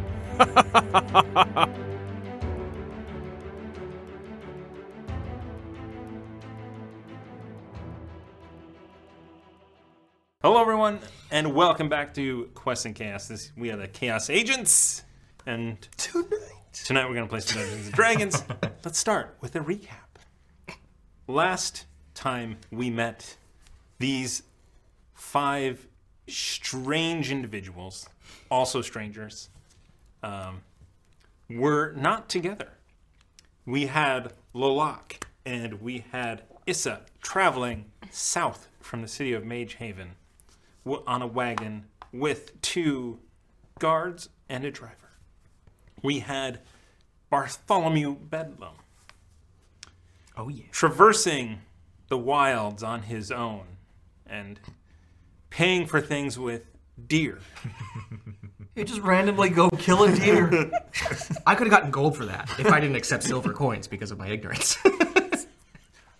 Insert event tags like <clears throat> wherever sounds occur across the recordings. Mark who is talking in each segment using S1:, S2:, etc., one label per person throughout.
S1: <laughs>
S2: Hello, everyone, and welcome back to Quest and Chaos. This, we are the Chaos Agents, and tonight, tonight we're going to play some Dungeons and Dragons. Let's start with a recap. Last time we met, these five strange individuals, also strangers, um, were not together. We had Lolak and we had Issa traveling south from the city of Mage Haven w- on a wagon with two guards and a driver. We had Bartholomew Bedlam
S3: Oh, yeah.
S2: traversing the wilds on his own and paying for things with deer.
S4: You just randomly go kill a deer. <laughs> I could have gotten gold for that if I didn't accept silver coins because of my
S3: <laughs>
S4: ignorance.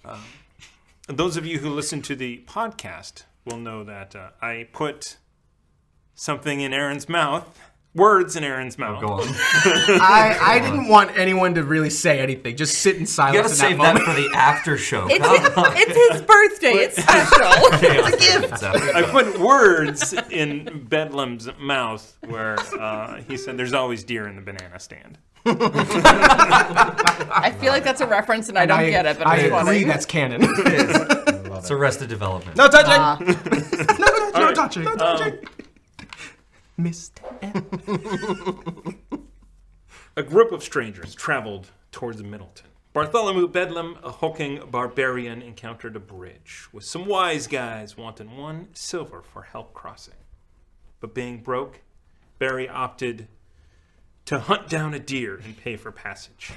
S2: Um, Those of you who listen to the podcast will know that uh, I put something in Aaron's mouth, words in Aaron's mouth.
S5: Oh, Go on.
S4: <laughs> I, I didn't want anyone to really say anything. Just sit in
S5: You gotta
S4: silence in
S5: save
S4: that
S5: that
S4: moment.
S5: for the after
S2: Oh,
S5: show.
S6: It's his, it's his birthday. It's
S5: <laughs>
S6: special.
S5: It's after-
S2: I put words in Bedlam's mouth where uh, he said, "There's always deer in the banana stand."
S6: I feel like that's a reference and I don't get it, but
S4: I
S6: it's
S4: agree
S6: funny.
S7: <laughs>
S4: that's
S6: <laughs>
S4: canon.
S5: It's arrested development.
S4: <laughs> no touching.
S6: Uh,
S3: Uh,
S4: no, touching, no touching. No
S3: Um,
S4: touching.
S2: A group of strangers traveled towards Middleton. Bartholomew Bedlam, a hulking barbarian, encountered a bridge with some wise guys wanting one silver for help crossing. But being broke, Barry opted to hunt down a deer and pay for passage.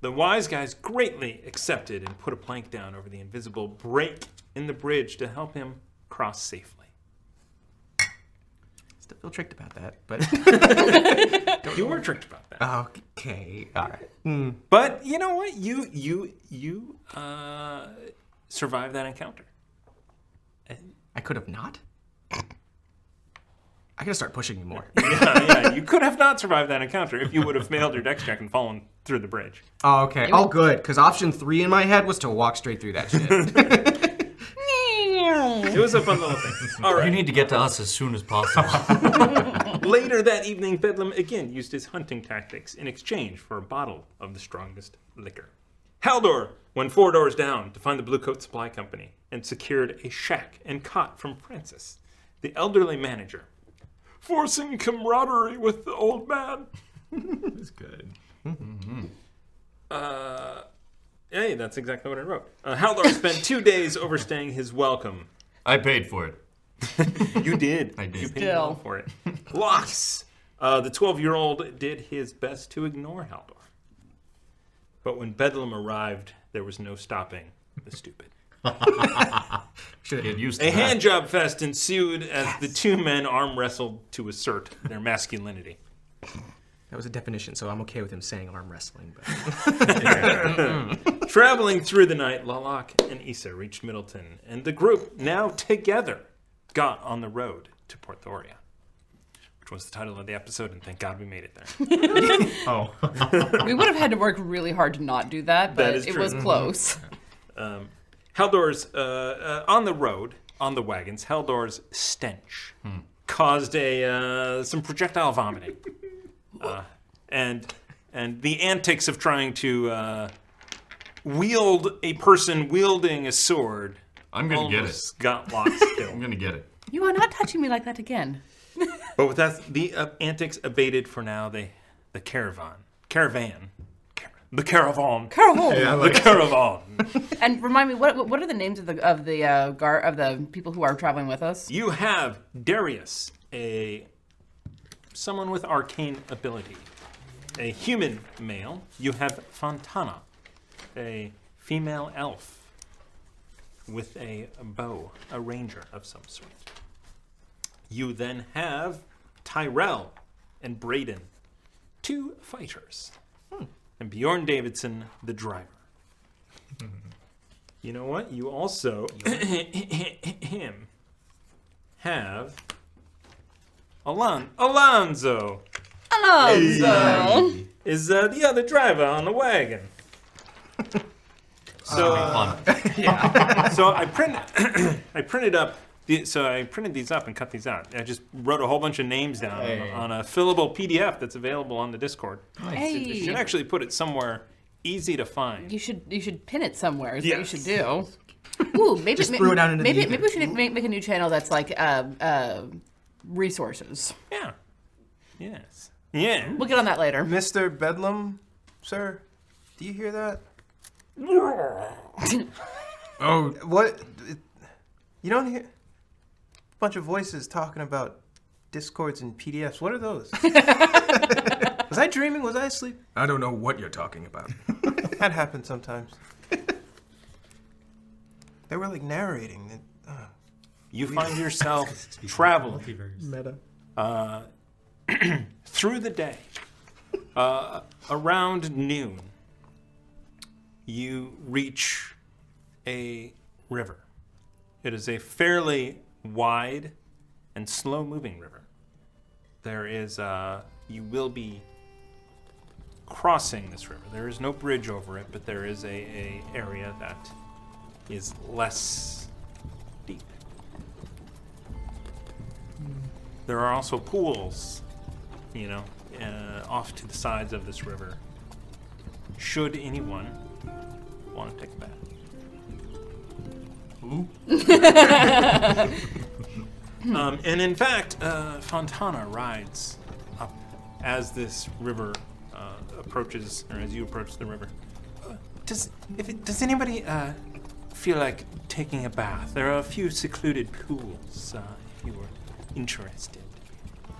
S2: The wise guys greatly accepted and put a plank down over the invisible break in the bridge to help him cross safely.
S4: Still
S3: <laughs>
S4: feel tricked about that,
S2: <laughs>
S4: but Oh,
S2: You were tricked about that.
S4: okay, Hmm. all right.
S2: But you know what? You you you uh, survived that
S4: <laughs>
S2: encounter.
S4: I could have not. I gotta start pushing you more.
S2: yeah, yeah, you could have not survived that encounter if you would have failed your dex check and fallen through the
S4: <laughs>
S2: bridge.
S4: Oh, okay. All good, because option three in my head was to walk straight through that shit.
S2: It was a fun little thing. All
S5: You
S2: right.
S5: need to get to us as soon as possible.
S2: Later that evening, Bedlam again used his hunting tactics in exchange for a bottle of the strongest liquor. Haldor went four doors down to find the Blue Coat Supply Company and secured a shack and cot from Francis, the elderly manager, forcing camaraderie with the old
S8: <laughs>
S2: man.
S4: Mm-hmm.
S2: that's good. Uh, hey, that's exactly what I wrote. Uh, Haldor spent two days overstaying his welcome
S5: I paid for it.
S2: <laughs> you did. I
S5: did.
S2: You paid
S6: Still.
S2: well for it. locks. Uh, the 12 year old did his best to ignore Haldor. But when Bedlam arrived, there was no stopping the
S5: <laughs>
S2: stupid.
S4: Should
S5: get used
S2: A hand job fest ensued as the two men arm wrestled to assert their masculinity.
S4: <laughs> That was a definition, so I'm okay with him saying arm wrestling. But
S2: <laughs> Traveling through the night, Lalak and Issa reached Middleton, and the group, now together, got on the road to Porthoria, which was the title of the episode, and thank God we made it there. oh.
S6: we would have had to work really hard to not do that, but
S2: That is
S6: it
S2: true. Mm-hmm. <laughs>
S6: was close.
S2: Um, Haldor's, uh, uh, on the road, on the wagons, Haldor's stench caused a uh, some projectile vomiting. Uh, and and the antics of trying to uh, wield a person wielding a sword. I'm
S5: gonna get
S2: it. Got locked still. I'm
S5: gonna get it.
S6: You are not touching me like that again.
S2: But with that, the uh, antics abated for now. They, the caravan, caravan, Car- the caravan,
S6: Caravan. Yeah, I
S2: the
S6: like it.
S2: caravan.
S6: And remind me, what what are the names of the of the uh, gar of the people who are traveling with us?
S2: You have Darius, a someone with arcane ability, a human male. You have Fontana, a female elf with a bow, a ranger of some sort. You then have Tyrell and Braden, two fighters, Hmm. and Bjorn Davidson, the driver. You know what? You also <coughs> him have Alon Alonzo.
S6: Alonzo.
S2: Hey. is uh, the other driver on the wagon. So <laughs> yeah. so I printed <clears throat> I printed up the, so I printed these up and cut these out. I just wrote a whole bunch of names down
S5: Hey.
S2: on a fillable PDF that's available on the Discord.
S6: Nice.
S2: You should actually put it somewhere easy to find.
S6: You should you should pin it somewhere. Is what you
S2: Yes.
S6: should do. Ooh, maybe
S2: Just
S6: may-
S2: throw it out into the
S6: maybe
S2: ether.
S6: maybe we should make, make a new channel that's like uh, uh, resources.
S2: Yeah. Yes. Yeah.
S6: We'll get on that later.
S8: Mr. Bedlam, sir, do you hear
S6: <laughs>
S8: that?
S1: Oh.
S8: What? You don't hear. Bunch of voices talking about discords and PDFs. What are
S6: <laughs>
S8: those? Was I dreaming? Was I asleep?
S1: I don't know what you're talking about.
S8: That happens sometimes. they were like narrating. It. Uh,
S2: You find yourself traveling
S8: Meta.
S2: uh, <clears throat> through the day. Uh, around noon, you reach a river. It is a fairly wide and slow moving river. There is, uh, you will be crossing this river. There is no bridge over it, but there is a, a area that is less deep. There are also pools, you know, uh, off to the sides of this river. Should anyone want to take a bath? Who? <laughs> um, and in fact, uh, Fontana rides up as this river uh, approaches, or as you approach the river. Does if it, does anybody uh, feel like taking a bath? There are a few secluded pools uh, if you were interested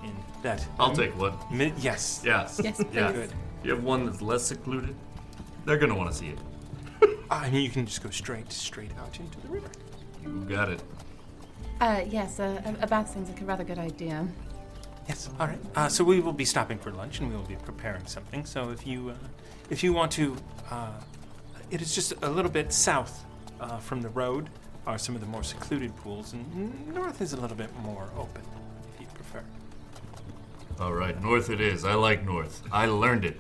S2: in that.
S5: <laughs> I'll take one.
S2: Mi- yes.
S5: Yes.
S2: Yes,
S5: Yeah.
S2: please.
S5: You have one that's less secluded. They're gonna want to see it.
S2: <laughs> I mean, you can just go straight, straight out into the river.
S5: You got it.
S9: Uh, yes, uh, a, a bath sounds like a rather good idea.
S2: Yes. All right. Uh, so we will be stopping for lunch, and we will be preparing something. So if you, uh, if you want to, uh, it is just a little bit south uh, from the road are some of the more secluded pools, and north is a little bit more open, if you prefer.
S5: All right, north it is. I like north. I learned it.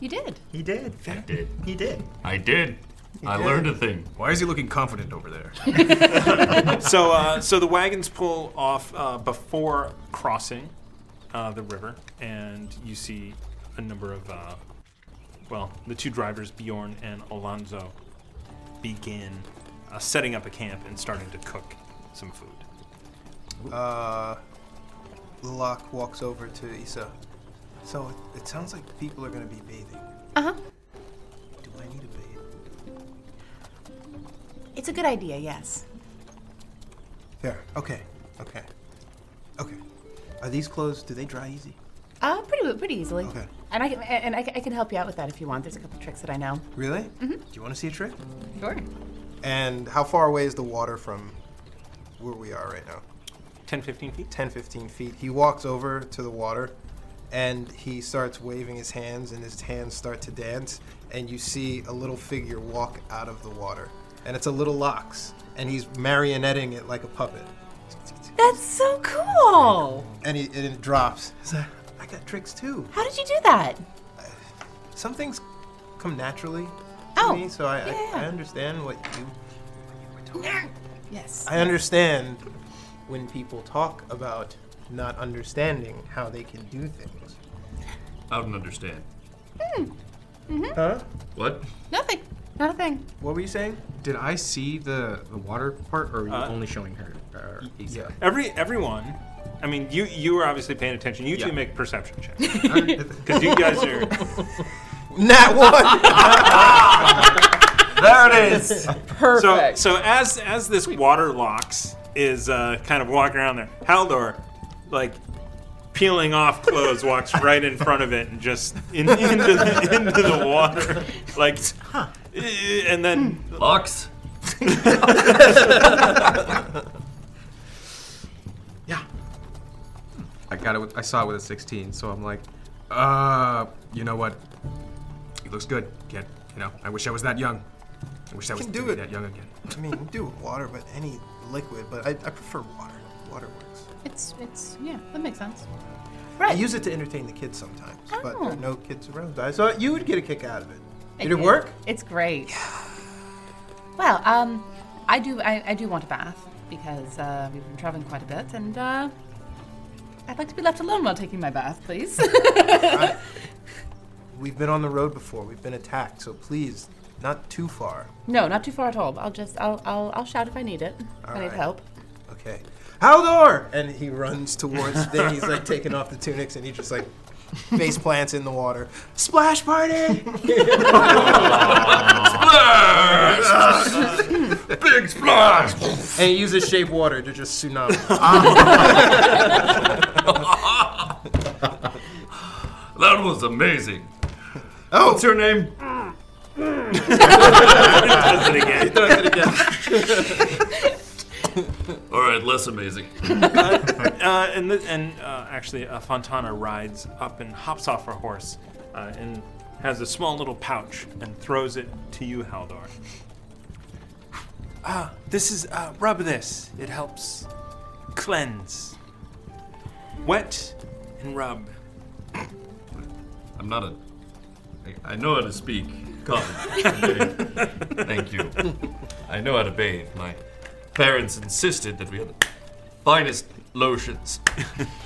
S9: You did.
S5: He did. I did.
S10: He
S2: <laughs>
S10: did.
S5: I did. I
S1: did.
S5: learned a thing.
S1: Why is he looking confident over there?
S2: <laughs> so, uh, so the wagons pull off uh, before crossing uh, the river, and you see a number of, uh, well, the two drivers, Bjorn and Alonzo, begin uh, setting up a camp and starting to cook some food.
S8: Uh, Locke walks over to Issa. So it, it sounds like people are going to be bathing.
S11: Uh
S6: Uh-huh.
S11: huh.
S8: Do I need a bathe?
S11: It's a good idea, yes.
S8: There. Okay. Okay. Okay. Are these clothes? Do they dry easy?
S6: Uh, pretty pretty
S9: Mm-hmm.
S6: easily.
S8: Okay.
S6: And I can and I, can- I can help you out with that if you want. There's a couple tricks that I know.
S8: Really? Do you want to see a trick?
S6: Sure.
S8: And how far away is the water from where we are right now?
S2: 10, 15 feet?
S8: 10, 15 feet. He walks over to the water and he starts waving his hands, and his hands start to dance. And you see a little figure walk out of the water. And it's a little Lox, and he's marionetting it like a puppet.
S6: That's so cool.
S8: And, he, and it drops. He's like, I got tricks too.
S6: How did you do that?
S8: Some things come naturally to
S6: Oh,
S8: me, so I,
S6: yeah.
S8: I, I understand what you
S6: Yes.
S8: I understand when people talk about not understanding how they can do things.
S5: I don't understand.
S6: Mm-hmm.
S8: Huh?
S5: What?
S6: Nothing. Not a thing.
S8: What were you saying?
S4: Did I see the, the water part, or are you
S2: Uh,
S4: only showing her? Or yeah.
S2: Every everyone, I mean, you you were obviously paying attention. You two make perception <laughs> checks because you guys <laughs> are
S8: Nat
S2: <laughs> one.
S8: there it is.
S2: Perfect. So, so as as this water locks is uh, kind of walking around there, Haldor, like peeling off clothes, walks right in front of it and just in, <laughs> into the, into the water, like, eh, and then
S5: locks.
S11: I got it. With, I saw it with a 16, so I'm like, uh, you know what? It looks good, kid. You know, I wish I was that young. I wish I
S8: You
S11: was
S8: can do
S11: really
S8: it.
S11: that young again.
S8: I mean, you do water, but any liquid, but I, I prefer water. Water works.
S6: It's it's yeah. That makes sense.
S8: I
S6: Right.
S8: use it to entertain the kids sometimes, but there
S6: Oh.
S8: are no kids around. I saw you would get a kick out of it.
S6: I
S8: Did it work?
S6: It's great. Well, um, I do I, I do want a bath because uh, we've been traveling quite a bit, and uh, I'd like to be left alone while taking my bath,
S8: <laughs>
S6: please.
S8: We've been on the road before. We've been attacked, so please, not too far.
S6: no, not too far at all. I'll just I'll I'll, I'll shout if I need it. if I need
S8: Alright.
S6: help.
S8: Okay. Haldor! And he runs towards thing. He's like taking off the tunics and he just like face plants in the water. Splash party!
S5: Splash! Big splash!
S8: And he uses shape water to just tsunami.
S5: That was amazing. Oh. What's your name?
S2: does it again.
S5: <laughs> All right, less amazing.
S2: <laughs> uh, and the, and uh, actually, uh, Fontana rides up and hops off her horse uh, and has a small little pouch and throws it to you, Haldor. Ah, this is uh, rub this. It helps cleanse. Wet and rub.
S5: I'm not a. I I know how to speak. Common. Thank you. I know how to bathe. My parents insisted that we had the finest lotions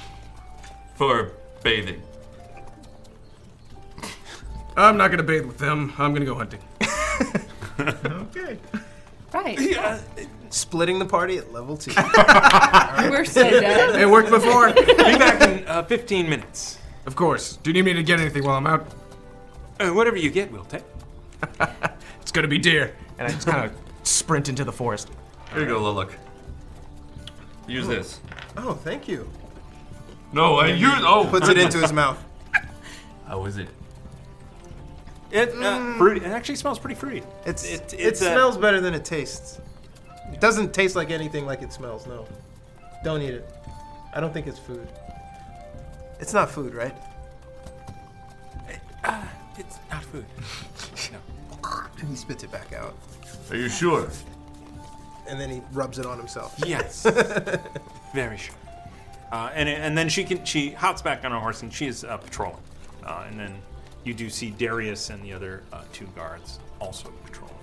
S5: <laughs> for bathing.
S11: I'm not gonna bathe with them. I'm gonna go hunting.
S5: Okay.
S6: Right.
S8: Splitting the party at level two.
S6: We're so dead.
S11: It worked before.
S2: Be back in <laughs> uh, 15 minutes.
S11: Of course. Do you need me to get anything while I'm out?
S2: Uh, whatever you get, we'll take.
S11: <laughs> It's gonna be deer. And I just <laughs> kind of
S4: Sprint into the forest.
S5: Here you go, Lilac. Use this.
S8: Oh, thank you.
S5: No, I use. Oh.
S8: Puts it into his mouth. Oh,
S5: How is it?
S2: It, uh, fruity. it actually smells pretty fruity.
S8: It's, it
S2: it's, uh,
S8: smells better than it tastes. It doesn't taste like anything like it smells, no. Don't eat it. I don't think it's food. It's not food, right?
S2: Uh, It's
S8: <laughs>
S2: not food.
S8: He spits it back out.
S5: Are you sure?
S8: And then he rubs it on himself. <laughs>
S2: Yes. Very sure. Uh, and and then she can she hops back on her horse and she is uh, patrolling. Uh, and then you do see Darius and the other uh, two guards also patrolling,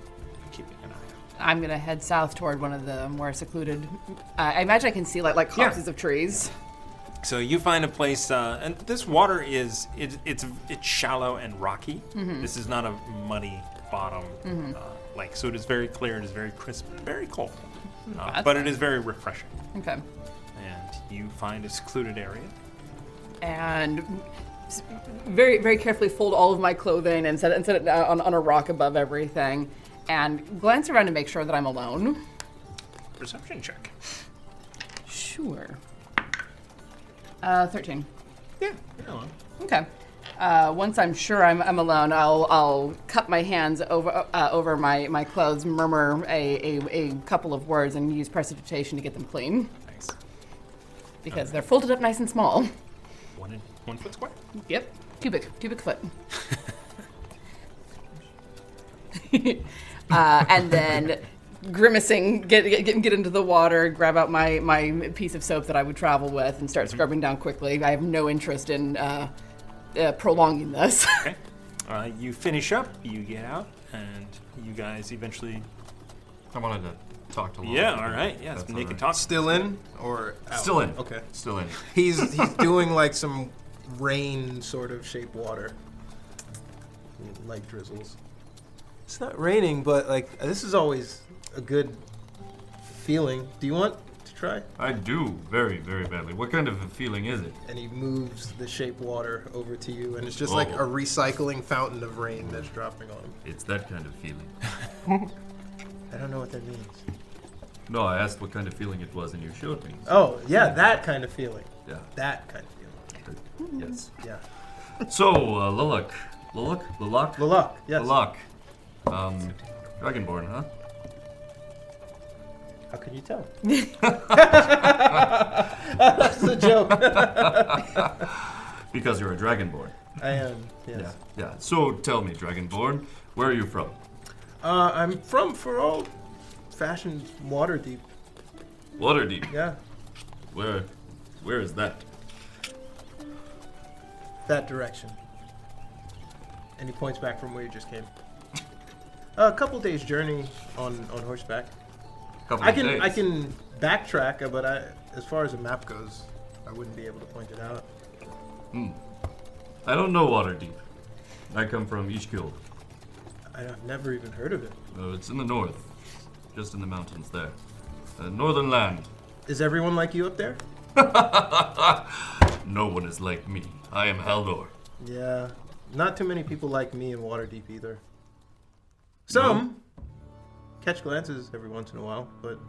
S2: keeping an eye.
S6: I'm gonna head south toward one of the more secluded. Uh, I imagine I can see like like copses of trees.
S2: out. So you find a place, uh, and this water is it, it's it's shallow and rocky.
S6: Mhm.
S2: This is not a muddy bottom
S6: Mhm.
S2: uh, lake, so it is very clear, it is very crisp, very cold, uh,
S6: That's
S2: but it is very refreshing.
S6: Okay.
S2: And you find a secluded area.
S6: and s- very very carefully fold all of my clothing and set it, and set it uh, on, on a rock above everything and glance around to make sure that I'm alone.
S2: Perception check.
S6: Sure. Uh, 13. Okay. Uh, once I'm sure I'm, I'm alone, I'll, I'll cup my hands over, uh, over my, my clothes, murmur a, a, a couple of words, and use precipitation to get them clean. Nice. Because they're folded up nice and small.
S2: One, in, one foot square.
S6: Yep. Cubic, cubic foot. <laughs> uh, and then grimacing, get, get get into the water, grab out my my piece of soap that I would travel with, and start scrubbing down quickly. I have no interest in uh, uh, prolonging this.
S2: Okay. Uh, you finish up, you get out, and you guys eventually.
S5: I wanted to talk to. Lauren.
S2: Yeah, all right. Yeah, it's
S5: That's
S2: naked
S5: all right.
S2: talk.
S8: Still in or out?
S5: Still in.
S8: Okay.
S5: Still in.
S8: He's he's doing like some rain sort of shape water. Like drizzles. It's not raining, but like this is always a good feeling. Do you want to try?
S5: I do very, very badly. What kind of a feeling is it?
S8: And he moves the shape water over to you, and it's just
S5: Oh.
S8: like a recycling fountain of rain that's dropping on him.
S5: It's that kind of
S8: <laughs>
S5: feeling.
S8: I don't know what that means.
S5: No, I asked what kind of feeling it was, and you showed me.
S8: Oh yeah, that kind of feeling.
S5: Yeah.
S8: That kind of
S5: feeling. Yes.
S8: Yeah.
S5: So, uh, Luluk. Luluk? Lulak?
S8: Lulak, yes.
S5: Lulak. Um, Dragonborn, huh? <laughs>
S8: How can you tell? <laughs> That's a joke.
S5: because you're a Dragonborn.
S8: I am. Yes.
S5: Yeah. Yeah. So, tell me, Dragonborn, where are you from?
S8: Uh, I'm from Ferrol, fashioned Waterdeep.
S5: Waterdeep.
S8: Yeah,
S5: Where, where is that?
S8: that direction. And he points back from where you just came. A couple days journey on, on horseback.
S5: Couple
S8: I
S5: of
S8: can
S5: days.
S8: I can backtrack, uh, but I, as far as a map goes, I wouldn't be able to point it out.
S5: Hmm. I don't know Waterdeep. I come from Ishkild.
S8: I- I've never even heard of it.
S5: Uh, it's in the north, just in the mountains there. Uh, northern land.
S8: Is everyone like you up there?
S5: No one is like me. I am
S8: <laughs>
S5: Haldor.
S8: Yeah, not too many people like me in Waterdeep either. Some catch glances every once in a while, but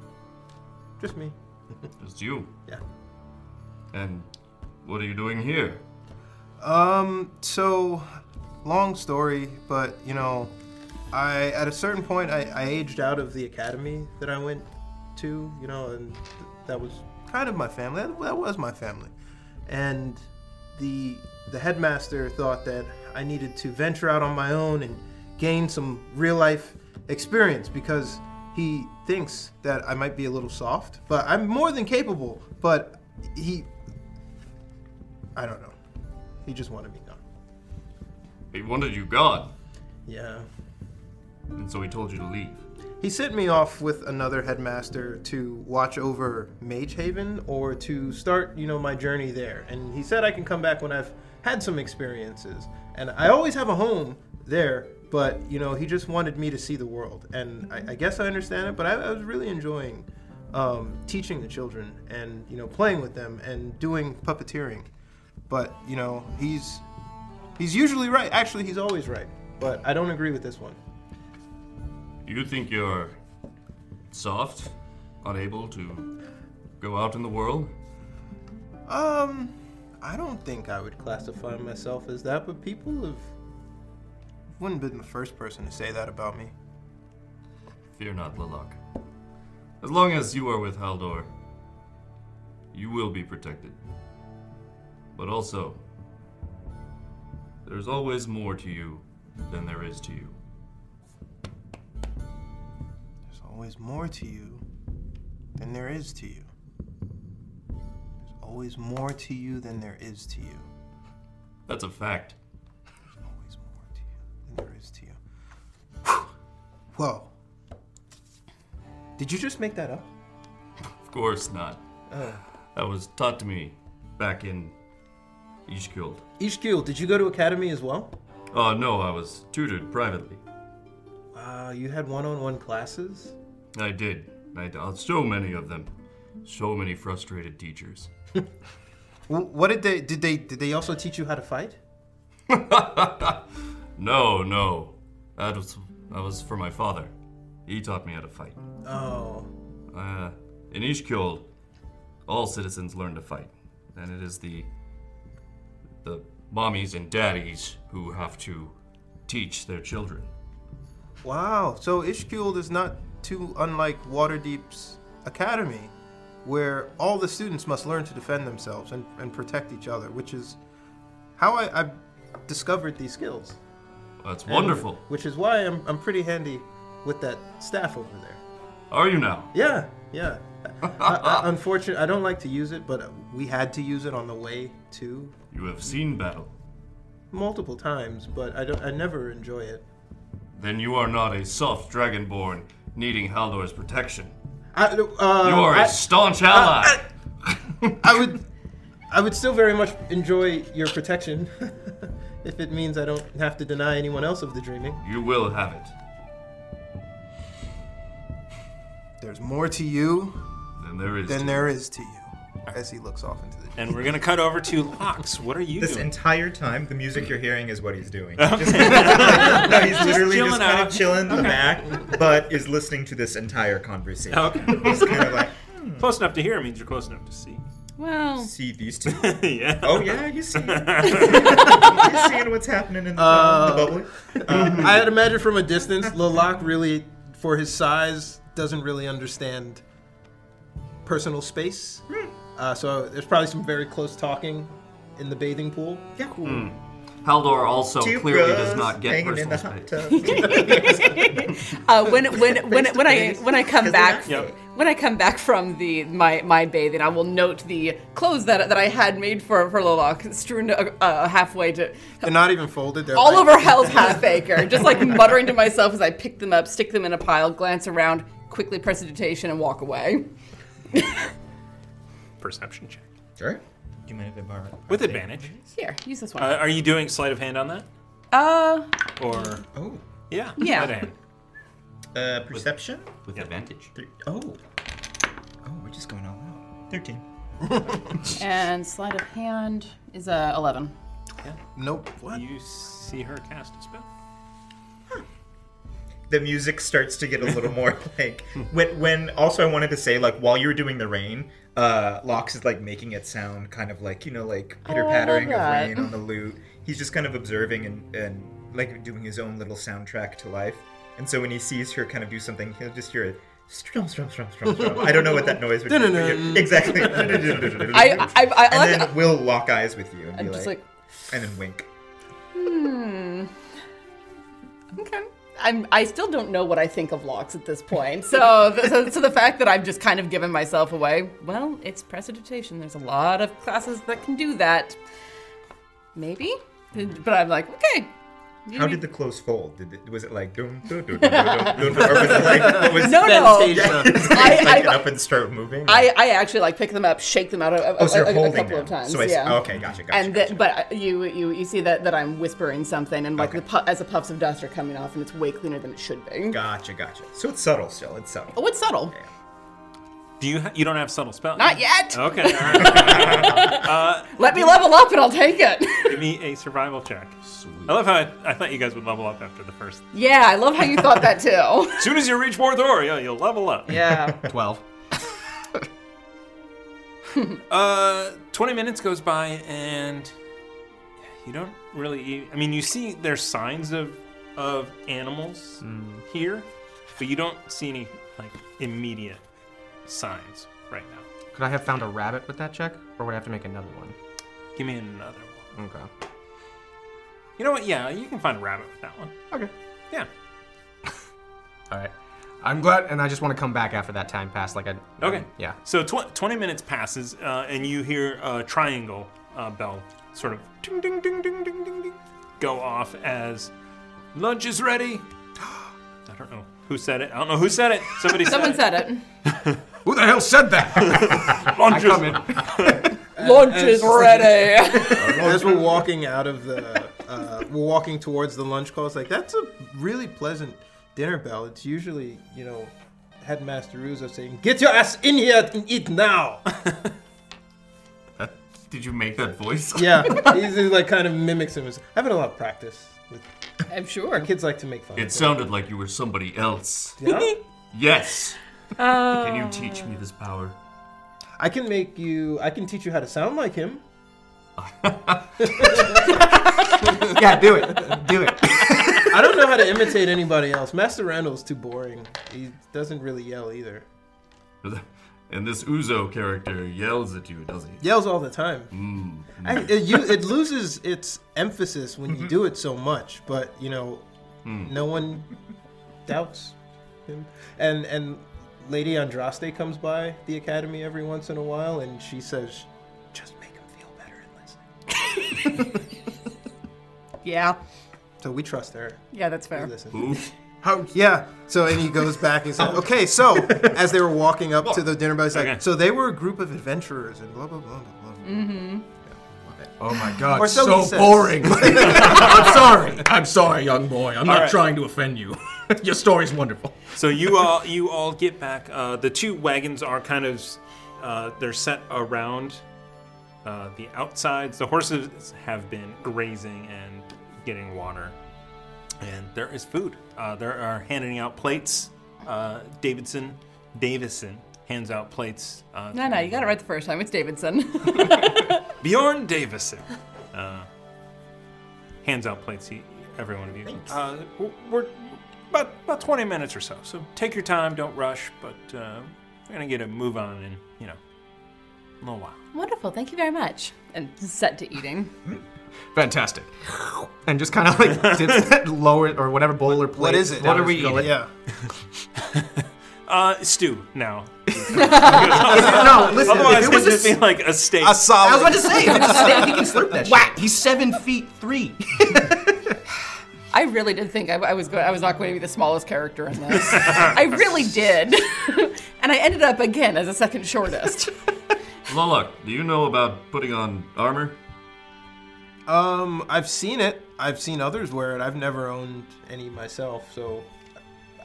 S8: just me.
S5: Just you.
S8: Yeah.
S5: And what are you doing here?
S8: Um, so long story, but you know, I at a certain point I, I aged out of the academy that I went to, you know, and th- that was kind of my family. That, that was my family. And the the headmaster thought that I needed to venture out on my own and gain some real life experience because he thinks that I might be a little soft, but I'm more than capable, but he I don't know. He just wanted me gone.
S5: He wanted you gone,
S8: Yeah.
S5: and so he told you to leave.
S8: He sent me off with another headmaster to watch over Magehaven or to start, you know, my journey there. And he said I can come back when I've had some experiences. And I always have a home there, but you know, he just wanted me to see the world. And I, I guess I understand it, but I, I was really enjoying um, teaching the children and you know playing with them and doing puppeteering. But you know, he's he's usually right. Actually, he's always right. But I don't agree with this one.
S5: You think you're soft, unable to go out in the world?
S8: Um, I don't think I would classify myself as that, but people have wouldn't have been the first person to say that about me.
S5: Fear not, Lilac. As long as you are with Haldor, you will be protected. But also, there's always more to you than there is to you.
S8: There's always more to you than there is to you. There's always more to you than there is to you.
S5: That's a fact.
S8: Than there is to you. Whoa. Did you just make that up?
S5: Of course not.
S8: Oh.
S5: That was taught to me back in Ishkild.
S8: Ishkiel, did you go to academy as well?
S5: Oh no, I was tutored privately.
S8: Wow, Uh, you had one-on-one classes?
S5: I did. I taught so many of them. So many frustrated teachers.
S8: Wh- What did they did they did they also teach you how to <laughs> fight?
S5: No, no. That was that was for my father. He taught me how to fight.
S8: Oh.
S5: Uh, in Ishkild, all citizens learn to fight. then it is the the mommies and daddies who have to teach their children.
S8: Wow. So Ishkuel is not too unlike Waterdeep's academy, where all the students must learn to defend themselves and, and protect each other, which is how I, I discovered these skills.
S5: That's
S8: And-
S5: wonderful.
S8: which is why I'm, I'm pretty handy with that staff over there.
S5: Are you now?
S8: Yeah, yeah. I, I, unfortunately, I don't like to use it, but we had to use it on the way to
S5: You have seen battle.
S8: multiple times, but I don't. I never enjoy it.
S5: Then you are not a soft dragonborn needing Haldor's protection.
S8: I, uh,
S5: you are a
S8: I-
S5: staunch
S8: I-
S5: ally.
S8: <laughs> I would, I would still very much enjoy your protection, <laughs> if it means I don't have to deny anyone else of the dreaming.
S5: you will have it.
S8: There's more to you
S5: Then there is.
S8: than
S5: to-
S8: there is to you, as he looks off into the.
S2: And we're gonna cut over to Locks. What are you
S10: This
S2: doing?
S10: entire time, the music you're hearing is what he's doing.
S2: <laughs> Okay.
S10: Just- <laughs> no, he's
S2: Just
S10: literally
S2: chilling
S10: just kind
S2: out.
S10: of chilling in
S2: Okay.
S10: the back, but is listening to this entire conversation. <laughs>
S2: Okay.
S10: He's kind of like, hmm.
S2: Close enough to hear means you're close enough to see.
S6: Well,
S10: see these two?
S2: <laughs> yeah.
S10: Oh, yeah,
S5: <laughs>
S10: you see. You're seeing what's happening in the,
S8: Uh, um,
S10: the bubbling.
S8: I had imagine from a distance, Lalac really, for his size, doesn't really understand personal space.
S10: Hmm.
S8: Uh, so there's probably some very close talking in the bathing pool.
S10: Yeah.
S8: Cool.
S5: Hmm. Haldor also
S8: Two
S5: clearly
S8: bros
S5: does not get
S8: hanging in
S5: personal
S8: the
S5: space.
S6: <laughs>
S8: <laughs>
S10: <laughs>
S6: uh, when when when when I when I come back
S5: Yep.
S6: when I come back from the my my bathing, I will note the clothes that that I had made for for Loloc strewn uh, uh, halfway to
S8: They're not even folded. They're
S6: all
S8: like- <laughs>
S6: over Hell's Half Acre. Just like muttering to myself as I pick them up, stick them in a pile, glance around, quickly press digitation, and walk away.
S2: <laughs> Perception check.
S10: Sure. Do you mind if I borrow it?
S2: With advantage.
S6: Here, use this
S2: Uh,
S6: one.
S2: are you doing sleight of hand on that,
S6: Uh,
S2: or?
S10: Oh.
S2: Yeah.
S6: Yeah.
S2: sleight of hand.
S10: Uh, perception?
S5: With advantage.
S10: Oh. Oh, we're just going all out. 13.
S6: Uh, and sleight of hand is a eleven.
S10: <laughs>
S8: Nope. What?
S2: You see her cast a spell.
S10: the music starts to get a little more like when when also I wanted to say like while you were doing the rain, uh Lox is like making it sound kind of like, you know, like
S6: Oh, I
S10: pitter pattering
S6: love
S10: of
S6: that.
S10: rain on the lute. He's just kind of observing and, and like doing his own little soundtrack to life. And so when he sees her kind of do something, he'll just hear it strum strum strum strum strum. I don't know what that noise would
S8: Dun-dun-dun.
S10: be. exactly. <laughs>
S6: I- I- I
S10: and
S6: like-
S10: then we'll lock eyes with you and be
S6: I'm just
S10: like, and then wink.
S6: Hmm. Okay. I'm, I still don't know what I think of locks at this point. So, the, so, so the fact that I've just kind of given myself away, well, it's precipitation. There's a lot of classes that can do that. Maybe? But I'm like, okay. You
S10: How
S6: need-
S10: did the clothes fold? Did it, was it like dum dum dum dum dum? dum, dum, Or was it
S6: <laughs>
S10: like was
S6: No, no.
S10: Yeah,
S6: I-
S10: it's like
S6: I-
S10: get up and start moving?
S6: I, I actually like pick them up, shake them out a, a,
S10: Oh, so you're
S6: a- a
S10: holding
S6: couple of
S10: them.
S6: times.
S10: So I see-
S6: yeah.
S10: okay, gotcha, gotcha,
S6: And the, but uh, you you you see that that I'm whispering something, and like the pu- as the puffs of dust are coming off, and it's way cleaner than it should be.
S10: Gotcha, gotcha. So it's subtle still. It's subtle.
S6: Oh, it's subtle.
S2: Do you? Ha- you don't have subtle spell?
S6: Not yet.
S2: Okay. all right. uh,
S6: Let me level up, and I'll take it. <laughs>
S2: Give me a survival check. Sweet. I love how I, I thought you guys would level up after the first.
S6: Yeah, I love how you thought that too.
S2: As soon as you reach fourth door, yeah, you'll level up.
S6: Yeah.
S2: <laughs> Twelve. uh, twenty minutes goes by, and you don't really. e, I mean, you see there's signs of of animals here, but you don't see any like immediate signs right now.
S4: Could I have found a rabbit with that check, or would I have to make another one?
S2: Give me another one.
S4: Okay.
S2: You know what? Yeah, you can find a rabbit with that one.
S4: Okay.
S2: Yeah.
S4: All right. I'm glad, and I just want to come back after that time passed. Like I.
S2: Okay.
S4: Yeah. <laughs>
S2: So tw- 20 minutes passes, uh, and you hear a triangle uh, bell sort of ding, ding, ding, ding, ding, ding, ding, go off as lunch is ready. <gasps> I don't know who said it. I don't know who said it. Somebody
S6: <laughs>
S2: said
S6: Someone
S2: it.
S6: said it.
S2: Who the hell said that? lunch is
S6: <laughs> Lunch is ready.
S8: As we're walking out of the, uh, we're walking towards the lunch calls. Like that's a really pleasant dinner bell. It's usually, you know, Headmaster Ruzo saying, "Get your ass in here and eat now."
S5: Did you make that voice?
S8: yeah, he's, he's like kind of mimics him. He's having a lot of practice with.
S6: I'm sure
S8: kids like to make fun.
S5: It
S8: of him.
S5: sounded like you were <laughs> somebody else.
S8: Yeah?
S5: yes. Can you teach me this power?
S8: I can make you. I can teach you how to sound like
S11: <laughs>
S8: him.
S11: yeah, do it. Do it.
S8: I don't know how to imitate anybody else. Master Randall's too boring. He doesn't really yell either.
S5: And this Uzo character yells at you, does he?
S8: Yells all the time.
S5: Mm.
S8: I, it, you, it loses its emphasis when
S11: Mm-hmm.
S8: you do it so much, but you know,
S11: Mm.
S8: no one doubts him. And and Lady Andraste comes by the academy every once in a while, and she says,
S6: Yeah.
S8: "So we trust her."
S6: Yeah, that's fair.
S8: How, yeah. So and he goes back and
S11: <laughs>
S8: he's
S11: Oh.
S8: like, "Okay, so as they were walking up to the dinner bell, he's like, so they were a group of adventurers and blah blah blah blah blah."
S6: Mm-hmm.
S11: Oh my god,
S8: Or so
S11: so,
S8: he says. <laughs>
S11: boring. I'm sorry. I'm sorry, young boy. I'm
S2: All
S11: not
S2: right.
S11: trying to offend you. <laughs> Your story's wonderful.
S2: <laughs> So you all you all get back. Uh, the two wagons are kind of uh, they're set around uh, the outsides. The horses have been grazing and getting water, and there is food. Uh, there are handing out plates. Uh, Davidson Davison hands out plates. Uh,
S6: No, no, you got it right the first time. It's Davidson.
S2: Bjorn Davison uh, hands out plates. To every one of you. Uh, w- we're about, about 20 minutes or so. So take your time, don't rush, but uh, we're going to get a move on in, you know, a little while.
S6: Wonderful. Thank you very much. And set to eating.
S8: <laughs>
S11: Fantastic. And just kind of
S2: <laughs>
S11: like dips that lower or whatever bowl or plate.
S2: is it?
S11: down
S2: What are
S11: his
S2: we
S11: gullet.
S2: eating? Yeah. Uh, stew
S4: <laughs>
S2: now. <laughs>
S11: No, listen, if
S2: Otherwise,
S11: it was
S2: it'd just
S11: a-
S2: be like a steak.
S11: A solid-
S4: I was about to say, if it's a snake, he can
S2: <laughs>
S4: slurp that. Whack!
S11: He's seven feet three.
S6: I really did think I, I was going. I was not going to be the smallest character in <laughs> this. I really did, <laughs> and I ended up again as the second shortest.
S5: Lolok, do you know about putting on armor?
S8: Um, I've seen it. I've seen others wear it. I've never owned any myself, so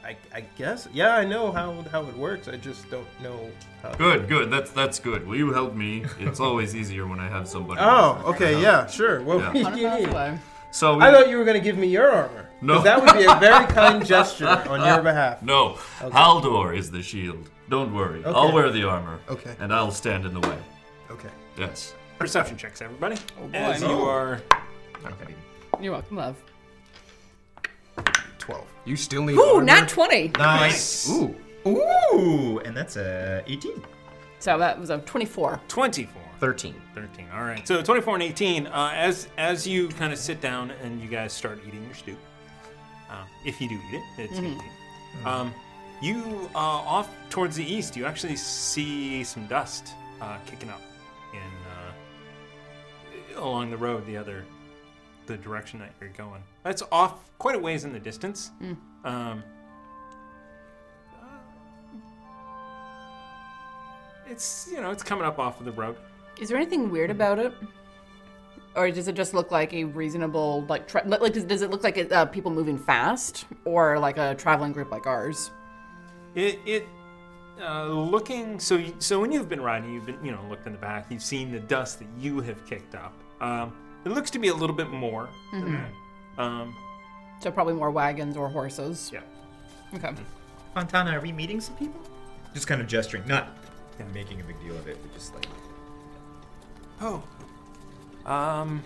S8: I, I guess yeah, I know how how it works. I just don't know how.
S5: Good, good. That's that's good. Will you help me? It's always easier when I have somebody.
S8: Oh,
S5: else.
S8: okay, yeah, sure. Well,
S5: Yeah.
S8: what do you need?
S5: So we-
S8: I thought you were gonna give me your armor. 'cause
S5: No.
S8: that would be a very kind gesture on
S5: <laughs>
S8: your behalf.
S5: No, Haldor is the shield. Don't worry. I'll
S2: Okay.
S5: wear the armor.
S2: Okay.
S5: And I'll stand in the way.
S8: Okay.
S5: Yes.
S2: Perception checks, everybody. Oh,
S6: boy.
S2: As you
S6: Oh.
S2: are.
S11: Okay.
S6: <laughs> You're welcome, love.
S11: Twelve. You still need.
S6: Ooh, not twenty.
S10: Nice.
S11: Ooh.
S10: Ooh, and that's a 18.
S6: So that was a twenty-four.
S2: Twenty-four.
S11: Thirteen.
S2: 13. All right. So 24 and 18. Uh, as as you kind of sit down and you guys start eating your stew, uh, if you do eat it, it's
S6: Mhm.
S2: gonna be. Um, you uh, off towards the east. You actually see some dust uh, kicking up in uh, along the road. The other the direction that you're going. That's off quite a ways in the distance.
S6: Mm.
S2: Um, it's you know it's coming up off of the road.
S6: Is there anything weird about it, or does it just look like a reasonable like? Tra- like like, does, does it look like uh, people moving fast, or like a traveling group like ours?
S2: It it uh, looking so you, so when you've been riding, you've been you know looked in the back, you've seen the dust that you have kicked up. Um, it looks to be a little bit more. than
S6: Mhm.
S2: that. Um,
S6: So probably more wagons or horses.
S2: Yeah.
S6: Okay.
S10: Mm-hmm. Fontana, are we meeting some people? Just kind of gesturing, not making a big deal of it, but just like.
S2: oh, um,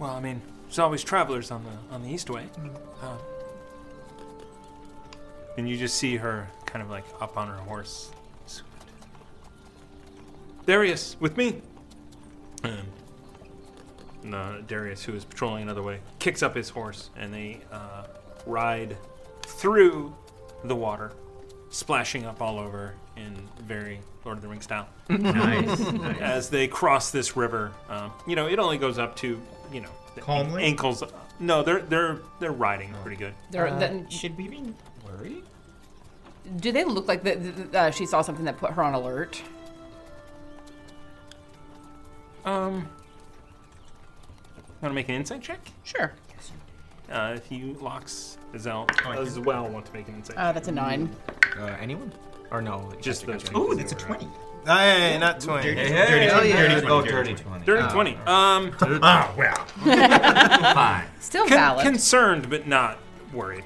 S2: well, I mean, there's always travelers on the on the Eastway. Uh, and you just see her kind of like up on her horse. Darius, with <laughs> me. Um, and, uh, Darius, who is patrolling another way, kicks up his horse and they uh, ride through the water, splashing up all over in very Lord of the Rings style.
S10: <laughs> Nice, nice.
S2: As they cross this river, um, you know, it only goes up to, you know, the
S10: Calmly?
S2: ankles. No, they're they're they're riding pretty good.
S6: There, then,
S10: Uh, should we be worried?
S6: Do they look like that? th- th- Uh, she saw something that put her on alert.
S2: Um, want to make an insight check?
S6: Sure.
S2: Uh, if you locks as well,
S10: Oh,
S6: I
S2: as well want to make an insight.
S6: Uh, that's a nine.
S10: Mm.
S11: Uh, anyone? Or no?
S2: Just the.
S10: Ooh, that's a 20.
S8: Hey, not twenty.
S10: Dirty- Hey, dirty hey, 20, hell yeah. dirty 20, dirty 20.
S2: Dirty
S10: Ah.
S2: 20. Um,
S10: Ah, well.
S2: Fine. <laughs>
S6: Still
S2: Con-
S6: valid.
S2: Concerned, but not worried.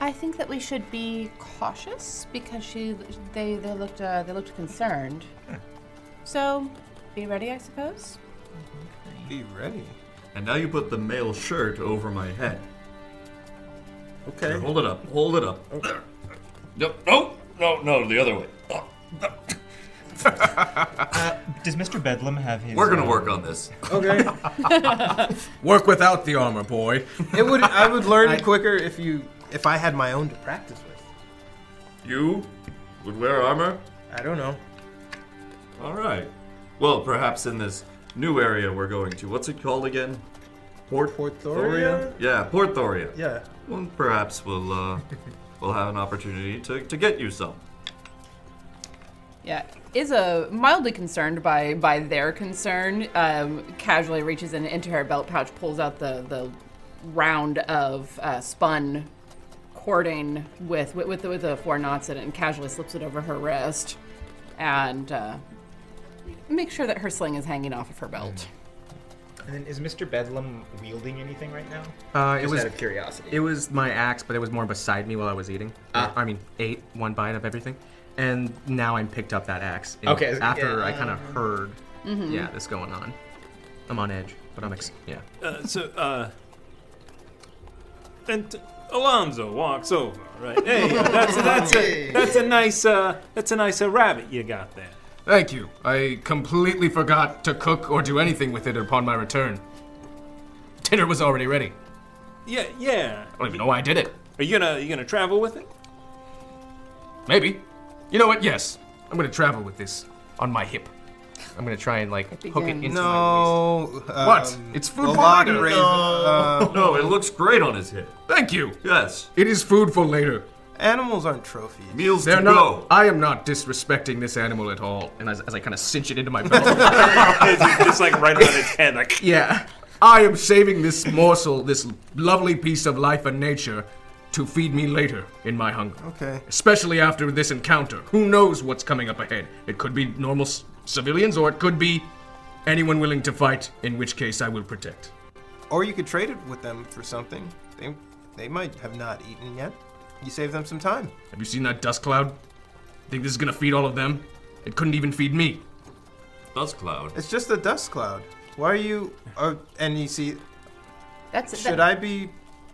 S6: I think that we should be cautious because she, they, they looked, uh, they looked concerned.
S8: Hmm.
S6: So, be ready, I suppose.
S5: Be ready. And now you put the male shirt over my head. Okay. hold it up. Hold it up. There. Yep. No. No. No. The other way.
S10: Does Mr. Bedlam have his?
S5: We're
S11: uh,
S8: uh,
S5: gonna work on this.
S8: Okay.
S11: <laughs> Work without the armor, boy.
S8: It would. I would learn it quicker if you, if I had my own to practice with.
S5: You would wear armor?
S8: I don't know.
S5: All right. Well, perhaps in this new area we're going to. What's it called again?
S8: Port Port Thoria?
S5: Yeah, Port Thoria.
S8: Yeah.
S5: Well, perhaps we'll uh, we'll have an opportunity to, to get you some.
S6: Yeah, is a mildly concerned by by their concern. Um, casually reaches in, into her belt pouch, pulls out the the round of uh, spun cording with with with, with the four knots in it, and casually slips it over her wrist, and uh, makes sure that her sling is hanging off of her belt.
S8: Mm.
S10: And then is Mr. Bedlam wielding anything right now?
S11: Uh, it
S10: Just
S11: was
S10: out of curiosity.
S11: It was my axe, but it was more beside me while I was eating.
S10: Ah.
S11: I mean, ate one bite of everything, and now I picked up that axe. you know,
S10: Okay,
S11: After
S10: yeah,
S11: I kind of
S10: um,
S11: heard,
S6: Mm-hmm.
S2: Mhm.
S11: yeah, this going on. I'm on edge, but I'm ex- yeah.
S2: Uh, so, uh, and Alonzo walks over. Right? Hey, that's that's
S8: <laughs>
S2: a that's a nice uh, that's a nice uh, rabbit you got there.
S1: Thank you. I completely forgot to cook or do anything with it upon my return. Dinner was already ready.
S2: Yeah, yeah.
S1: I don't even know why I did it.
S2: Are you gonna you gonna travel with it?
S1: Maybe. You know what? Yes. I'm gonna travel with this on my hip. I'm gonna try and like hook it into
S8: Um, no.
S1: my What?
S8: um,
S1: It's
S8: a
S1: food
S8: lot
S1: for later.
S8: raised- uh,
S5: no, it looks great on his head.
S1: Thank you.
S5: Yes.
S1: It is food for later.
S8: Animals aren't trophies.
S5: Meals
S1: They're
S5: to
S1: not.
S5: go.
S1: I am not disrespecting this animal at all. And as, as I kind of cinch it into my belt,
S2: Just like right around its head, like
S1: Yeah. I am saving this morsel, this lovely piece of life and nature, to feed me later in my hunger.
S8: Okay.
S1: Especially after this encounter. Who knows what's coming up ahead? It could be normal c- civilians, or it could be anyone willing to fight, in which case I will protect.
S8: Or you could trade it with them for something. They they might have not eaten yet. You save them some time.
S1: Have you seen that dust cloud? Think this is gonna feed all of them? It couldn't even feed me.
S5: Dust cloud.
S8: It's just a dust cloud. Why are you? Uh, and you see,
S6: That's
S8: should
S6: that-
S8: I be?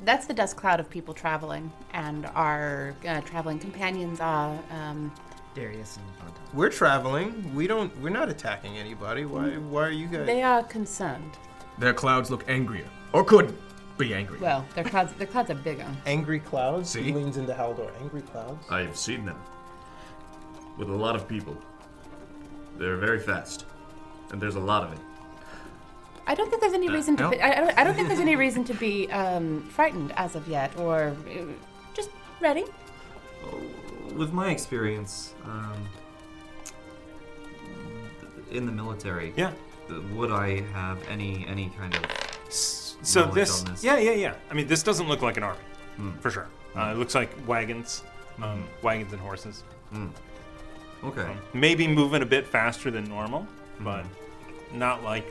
S6: That's the dust cloud of people traveling, and our uh, traveling companions are. Um,
S10: Darius and
S8: We're traveling. We don't. We're not attacking anybody. Why? Why are you guys?
S6: they are concerned.
S1: Their clouds look angrier, or could be angry.
S6: Well, their clouds, their clouds are bigger.
S8: Angry clouds.
S1: See?
S8: He leans into Haldor. Angry clouds.
S5: I've seen them with a lot of people. They're very fast, and there's a lot of it.
S6: I don't think there's any
S5: Uh,
S6: reason to.
S5: no.
S6: Be, I, I don't, I don't think there's any reason to be um, frightened as of yet, or uh, just ready.
S7: With my experience um, in the military,
S2: yeah,
S7: would I have any any kind of
S2: So
S7: knowledge
S2: this,
S7: on this?
S2: yeah, yeah, yeah. I mean, this doesn't look like an army, for sure. Uh, it looks like wagons, um, wagons and horses.
S7: Hmm. Okay.
S2: Um, maybe moving a bit faster than normal,
S10: Mm-hmm.
S2: but not like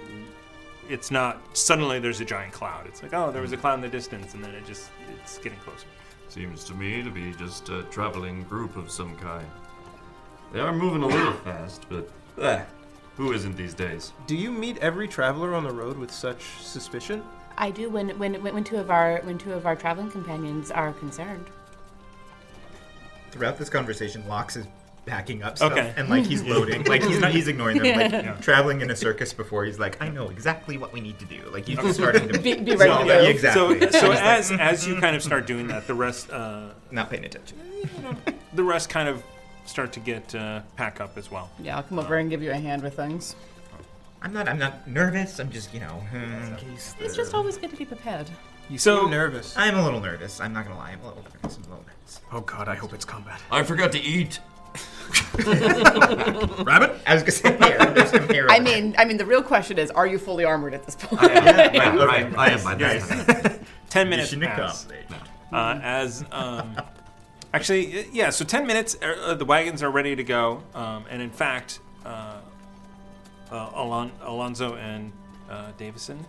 S2: it's not suddenly there's a giant cloud. It's like oh, there was a cloud in the distance, and then it just it's getting closer.
S5: Seems to me to be just a traveling group of some kind. They are moving a <coughs> little fast, but eh, who isn't these days?
S8: Do you meet every traveler on the road with such suspicion?
S6: I do when, when when when two of our when two of our traveling companions are concerned.
S10: Throughout this conversation, Lox is packing up stuff
S2: Okay.
S10: and like he's loading, like he's not he's ignoring them. Like
S2: Yeah.
S10: traveling in a circus before, he's like, I know exactly what we need to do. Like he's just
S2: <laughs>
S10: starting to
S2: Be-
S6: <laughs> be ready
S10: Yeah,
S6: to
S10: yeah,
S6: move.
S10: exactly.
S2: So, so
S10: He's like, "Hmm,
S2: as as you kind of start doing that, the rest uh, eh,
S10: not paying attention.
S2: The rest kind of start to get uh, pack up as well.
S6: Yeah, I'll come over and give you a hand with things.
S10: I'm not. I'm not nervous. I'm just, you know. hmm, in case
S6: It's
S10: the-
S6: just always good to
S5: <laughs>
S6: be prepared.
S8: You
S2: So-
S8: seem nervous.
S10: I'm a little nervous. I'm not gonna lie. I'm a little nervous. I'm a little nervous.
S1: Oh god, I hope it's combat.
S5: I forgot to
S10: <laughs>
S5: eat.
S1: Rabbit?
S10: I was gonna say, yeah, there's some hero.
S6: I mean, I mean, the real question is, are you fully armored at this point?
S5: I,
S6: <laughs>
S5: I, I am by
S2: Yes.
S5: this
S2: <laughs> Ten minutes
S10: Mission
S2: pass.
S10: accomplished.
S2: Uh, as um, actually, uh, yeah. So ten minutes. uh, Uh, the wagons are ready to go, um, and in fact, uh, uh, Alon- Alonzo and uh, Davison,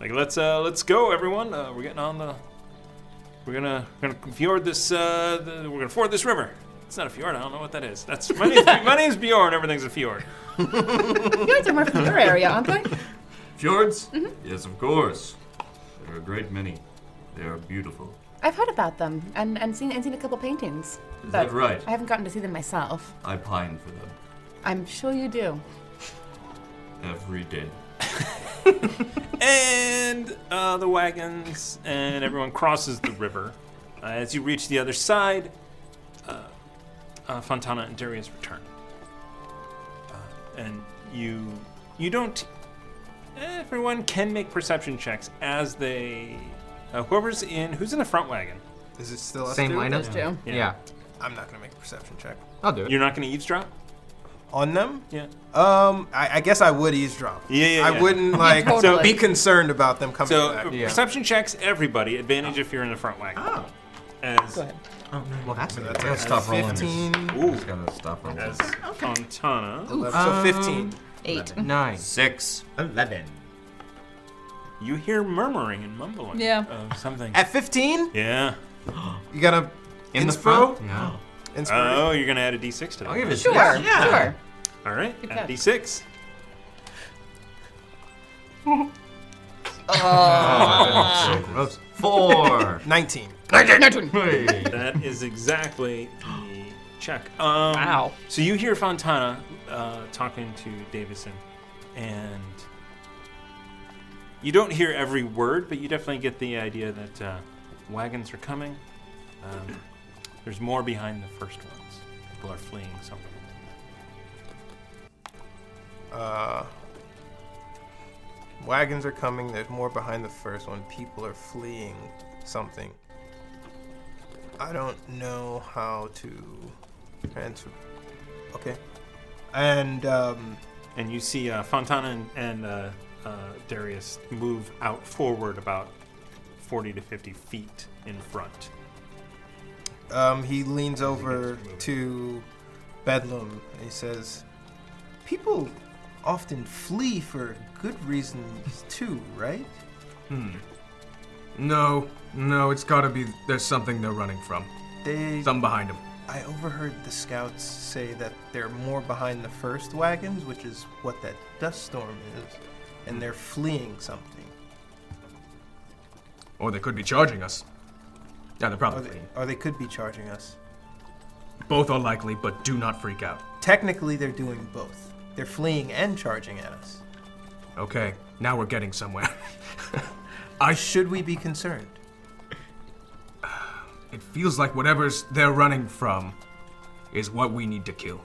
S2: like let's uh, let's go, everyone. Uh, we're getting on the We're gonna, we're gonna fjord this. Uh, the, we're gonna ford this river. It's not a fjord. I don't know what that is. That's my name's, my name's Bjorn. Everything's a fjord.
S6: Fjords are more from your area, aren't they?
S5: Fjords?
S6: Mhm.
S5: Yes, of course. There are a great many. They are beautiful.
S6: I've heard about them and, and seen and seen a couple paintings.
S5: Is
S6: but
S5: that right?
S6: I haven't gotten to see them myself.
S5: I pine for them
S6: I'm sure you do.
S5: every day.
S2: and uh, the wagons and everyone crosses the river. Uh, as you reach the other side, uh, uh, Fontana and Darius return, uh, and you you don't. Everyone can make perception checks as they. Uh, whoever's in who's in the front wagon.
S8: Is it still
S2: us
S11: Same two? lineup? Us two. Yeah.
S8: I'm not gonna make a perception check.
S11: I'll do it.
S2: You're not gonna eavesdrop
S8: on them.
S2: Yeah.
S8: Um, I, I guess I would eavesdrop.
S2: Yeah, yeah,
S8: I
S2: yeah.
S8: wouldn't
S2: Yeah,
S8: like
S2: totally.
S8: be concerned about them coming
S2: So
S8: back.
S2: uh, perception checks everybody. Advantage if you're in the front wagon. Oh. As, Go ahead.
S7: Oh, no.
S2: Well, that's
S7: That's gotta stop rolling. Ooh. Just gotta stop rolling.
S2: As Fontana.
S7: Ooh, So 15.
S6: Eight.
S7: Nine. Six. Eleven.
S2: You hear murmuring and mumbling
S6: Yeah.
S2: of something.
S8: At 15?
S2: Yeah.
S8: You gotta
S2: In
S8: In
S2: the
S8: the
S2: front?
S8: inspo? Yeah. Inspiration.
S2: Oh, you're gonna add a d6 to that.
S8: I'll give it a
S2: Sure,
S8: Sure, six. yeah.
S6: sure.
S2: All right,
S6: Good
S2: add a
S6: catch.
S8: <laughs>
S2: d6.
S6: <laughs> Oh.
S8: gross.
S2: Four.
S8: 19.
S6: 19. 19.
S2: that is exactly the check. Um, wow. So you hear Fontana uh, talking to Davison, and you don't hear every word, but you definitely get the idea that uh, wagons are coming. Um, there's more behind the first ones. People are fleeing something.
S8: Uh, wagons are coming. There's more behind the first one. People are fleeing something. I don't know how to transfer. Okay. And um,
S2: and you see uh, Fontana and, and uh, uh, Darius move out forward about forty to fifty feet in front.
S8: Um, he leans over to Bedlam and he says, People often flee for good reasons too, right?
S11: Hmm. No, no, it's gotta be. There's something they're running from.
S8: They-
S11: Something behind them.
S8: I overheard the scouts say that they're more behind the first wagons, which is what that dust storm is, and they're fleeing something.
S11: Or they could be charging us. Yeah, they're
S8: Or
S11: probably.
S8: they, or they could be charging us.
S11: Both are likely, but do not freak out.
S8: Technically, they're doing both. They're fleeing and charging at us.
S11: Okay, now we're getting somewhere. <laughs>
S8: I should we be concerned?
S11: It feels like whatever's they're running from is what we need to kill.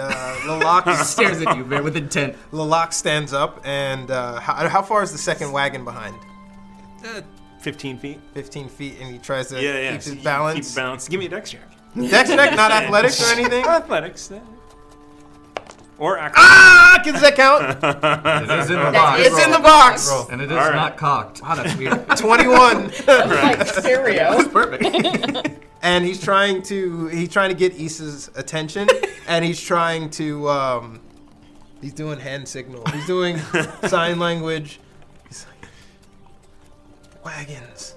S11: <laughs>
S8: uh, Lalak
S11: Stares at you, man, with intent.
S8: Lalak stands up, and uh, how, how far is the second wagon behind?
S2: Uh, Fifteen feet.
S8: Fifteen feet, and he tries to
S2: yeah, yeah.
S8: keep
S2: so
S8: his
S2: you
S8: balance.
S2: Keep balance. Give me a dex check.
S8: Dex check,
S2: <laughs>
S8: not athletics or anything?
S2: athletics. yeah. Or ah,
S8: can that
S2: <laughs>
S8: count?
S2: it
S8: is in the box. It's in the box.
S7: And it is
S2: All right.
S7: not cocked. Wow, that's
S8: <laughs>
S7: weird. <laughs>
S8: 21.
S7: Like stereo. That's
S8: perfect. <laughs> and he's trying to he's trying to get Issa's attention, and he's trying to um, he's doing hand signal. He's
S2: <laughs>
S8: doing sign language. He's like, wagons,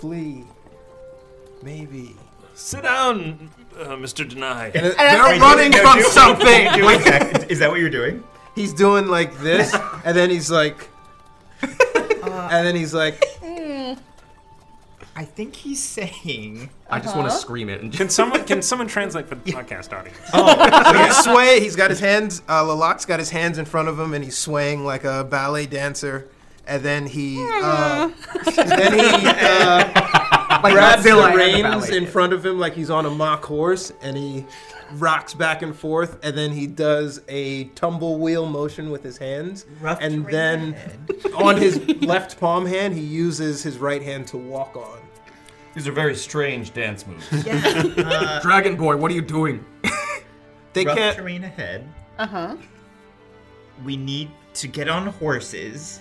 S8: flee, maybe.
S2: Sit down, uh, Mr. Deny.
S8: And it- they're running from
S11: <laughs>
S8: something. <laughs> is that what you're doing? He's doing like <laughs> this, and then he's like, and then he's like,
S6: Hmm.
S10: I think he's saying.
S11: I just want to scream it. And
S2: Can someone
S11: <laughs>
S2: can someone translate for the podcast audience?
S8: Oh, So <laughs> he's sway. He's got his hands. Uh, Lalak's got his hands in front of him, and he's swaying like a ballet dancer. And then he, uh, then he uh,
S11: Like
S8: grabs the
S11: Godzilla and the
S8: reins
S11: ballet.
S8: in front of him like he's on a mock horse, and he rocks back and forth. And then he does a tumble wheel motion with his hands, and then on his left palm hand, he uses his right hand to walk on.
S5: These are very strange dance moves.
S11: Dragon Boy, what are you doing?
S8: <laughs> They
S10: rough
S8: can't-
S10: terrain ahead.
S6: Uh huh.
S10: We need to get on horses.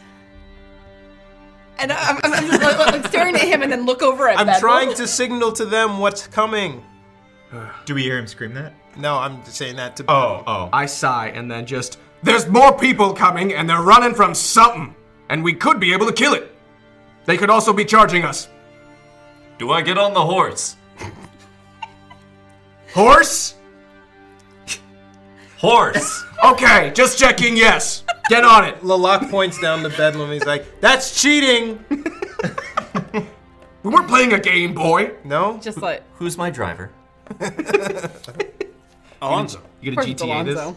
S6: And I- I'm, I'm, I'm just like, like, staring at him and then look over at
S8: I'm
S6: Bedlam.
S8: trying to signal to them what's coming.
S10: Do we hear him scream that?
S8: No, I'm just saying that to.
S11: Oh, oh. I sigh and then just. There's more people coming and they're running from something, and we could be able to kill it.
S1: They could also be charging us.
S5: Do I get on
S11: <laughs>
S5: the horse?
S1: Horse?
S5: Horse.
S1: <laughs> okay, just checking, yes. Get on it.
S8: Lalak points down to Bedlam. He's like, that's cheating.
S1: <laughs> we weren't playing a game, boy.
S8: No?
S6: Just like.
S5: Who's my driver?
S2: <laughs> Alonzo.
S5: You
S6: Where's Alonzo?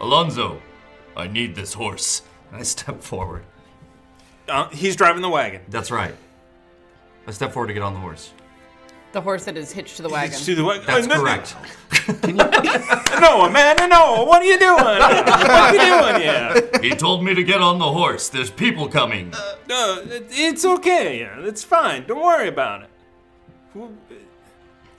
S5: Alonzo, I need this horse. And I step forward.
S2: Uh, he's driving the wagon.
S5: That's right. I step forward to get on the horse.
S6: The horse that is hitched to the wagon.
S2: hitched to the wagon.
S5: That's
S2: Oh, no, no.
S5: correct.
S2: no, Amanda, no. What are you doing? <laughs> What are you doing here?
S5: <laughs>
S2: Uh,
S5: He told me to get on the horse. There's people coming.
S2: No, it- it's okay. yeah, It's fine. Don't worry about it.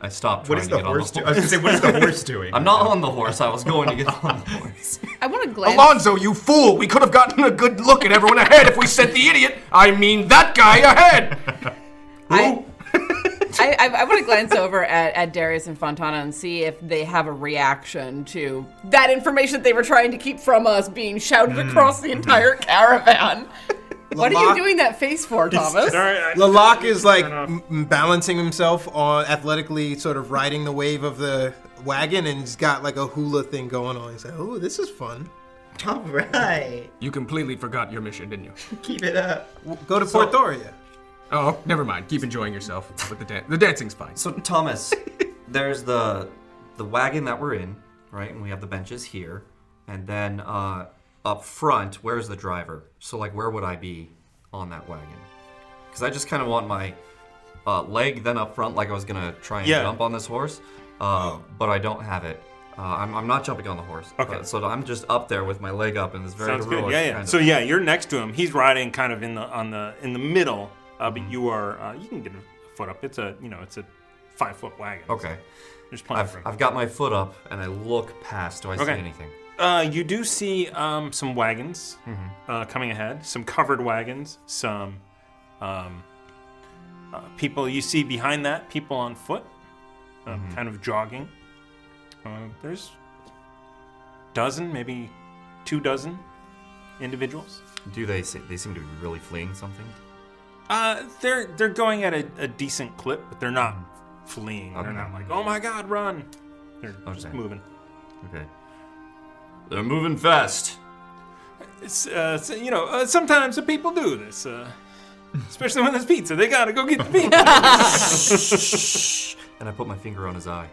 S5: I stopped
S2: What
S5: trying
S2: is
S5: to
S2: the
S5: get on the
S2: horse
S5: horse.
S2: do- I was gonna say, what is the horse doing?
S5: I'm not on the horse. I was going to get on the horse.
S2: <laughs>
S6: I want to glance.
S1: Alonzo, you fool! We could have gotten a good look at everyone ahead if we sent the idiot, I mean that guy, ahead!
S6: I, I, I want to glance over at, at Darius and Fontana and see if they have a reaction to that information that they were trying to keep from us being shouted
S5: Mm-hmm.
S6: across the
S5: <laughs>
S6: entire caravan. What are you
S8: Lamont-
S6: doing that face for, Thomas?
S8: Lalak is like m- m- balancing himself on athletically, sort of riding the wave of the wagon, and he's got like a hula thing going on. He's like, oh, this is fun.
S10: All right.
S1: You completely forgot your mission, didn't you?
S10: Keep it up.
S8: Go to
S1: So-
S8: Portoria.
S1: Oh, never mind. Keep enjoying yourself. But the, dan- the dancing's fine.
S5: So Thomas, <laughs> there's the the wagon that we're in, right? And we have the benches here, and then uh, up front, where's the driver? So like, where would I be on that wagon? Because I just kind of want my uh, leg then up front, like I was gonna try and
S2: Yeah. Oh.
S5: jump on this horse, uh, but I don't have it. Uh, I'm, I'm not jumping on the horse. Okay. so I'm just up there with my leg up in this very
S2: Sounds good.
S5: heroic
S2: Yeah, yeah.
S5: kind of-
S2: So yeah, you're next to him. He's riding kind of in the on the in the middle, uh, but you are uh, you can get a foot up. It's a you know it's a five foot wagon.
S5: Okay.
S2: There's plenty of
S5: I've,
S2: room.
S5: I've got my foot up and I look past. Do I see anything? Mm-hmm.
S2: Uh, you do see um, some wagons uh, coming ahead, some covered wagons, some um, uh, people you see behind that, people on foot, uh,
S5: Mm-hmm.
S2: kind of jogging. Uh, there's dozen, maybe two dozen individuals.
S5: Do they se- they seem to be really fleeing something?
S2: Uh, they're they're going at a, a decent clip, but they're not fleeing. They're
S5: Mm-hmm. Okay.
S2: not like, oh my god, run! They're just
S5: Okay.
S2: moving.
S5: <laughs> Okay. They're moving fast.
S2: It's, uh, so, you know, uh, sometimes the people do this, uh, especially when there's pizza. They gotta go get
S5: <laughs>
S2: the pizza. <laughs>
S5: And I put my finger on his eye.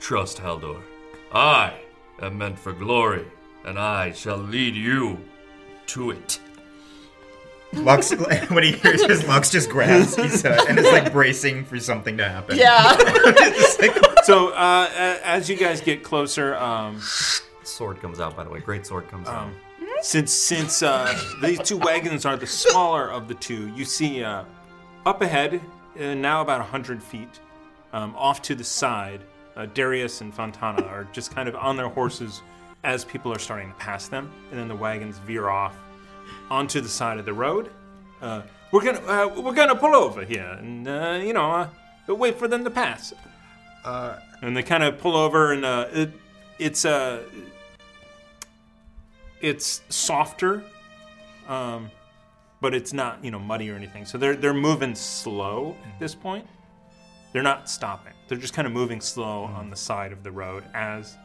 S5: Trust Haldor. I am meant for glory, and I shall lead you to it.
S10: Lux, <laughs> when he hears this, Lux just grabs Issa and is like bracing for something to happen. <laughs>
S2: so uh, a- as you guys get closer, um,
S5: sword comes out. By the way, great sword comes
S2: out. Since since uh, these two wagons are the smaller of the two, you see uh, up ahead, uh, now about hundred feet, um, off to the side, uh, Darius and Fontana are just kind of on their horses as people are starting to pass them, and then the wagons veer off onto the side of the road. Uh, we're gonna uh, we're gonna pull over here, and uh, you know, uh, wait for them to pass. Uh, and they kind of pull over, and uh, it, it's uh, it's softer, um, but it's not you know muddy or anything. So they're they're moving slow at this point. They're not stopping. They're just kind of moving slow on the side of the road as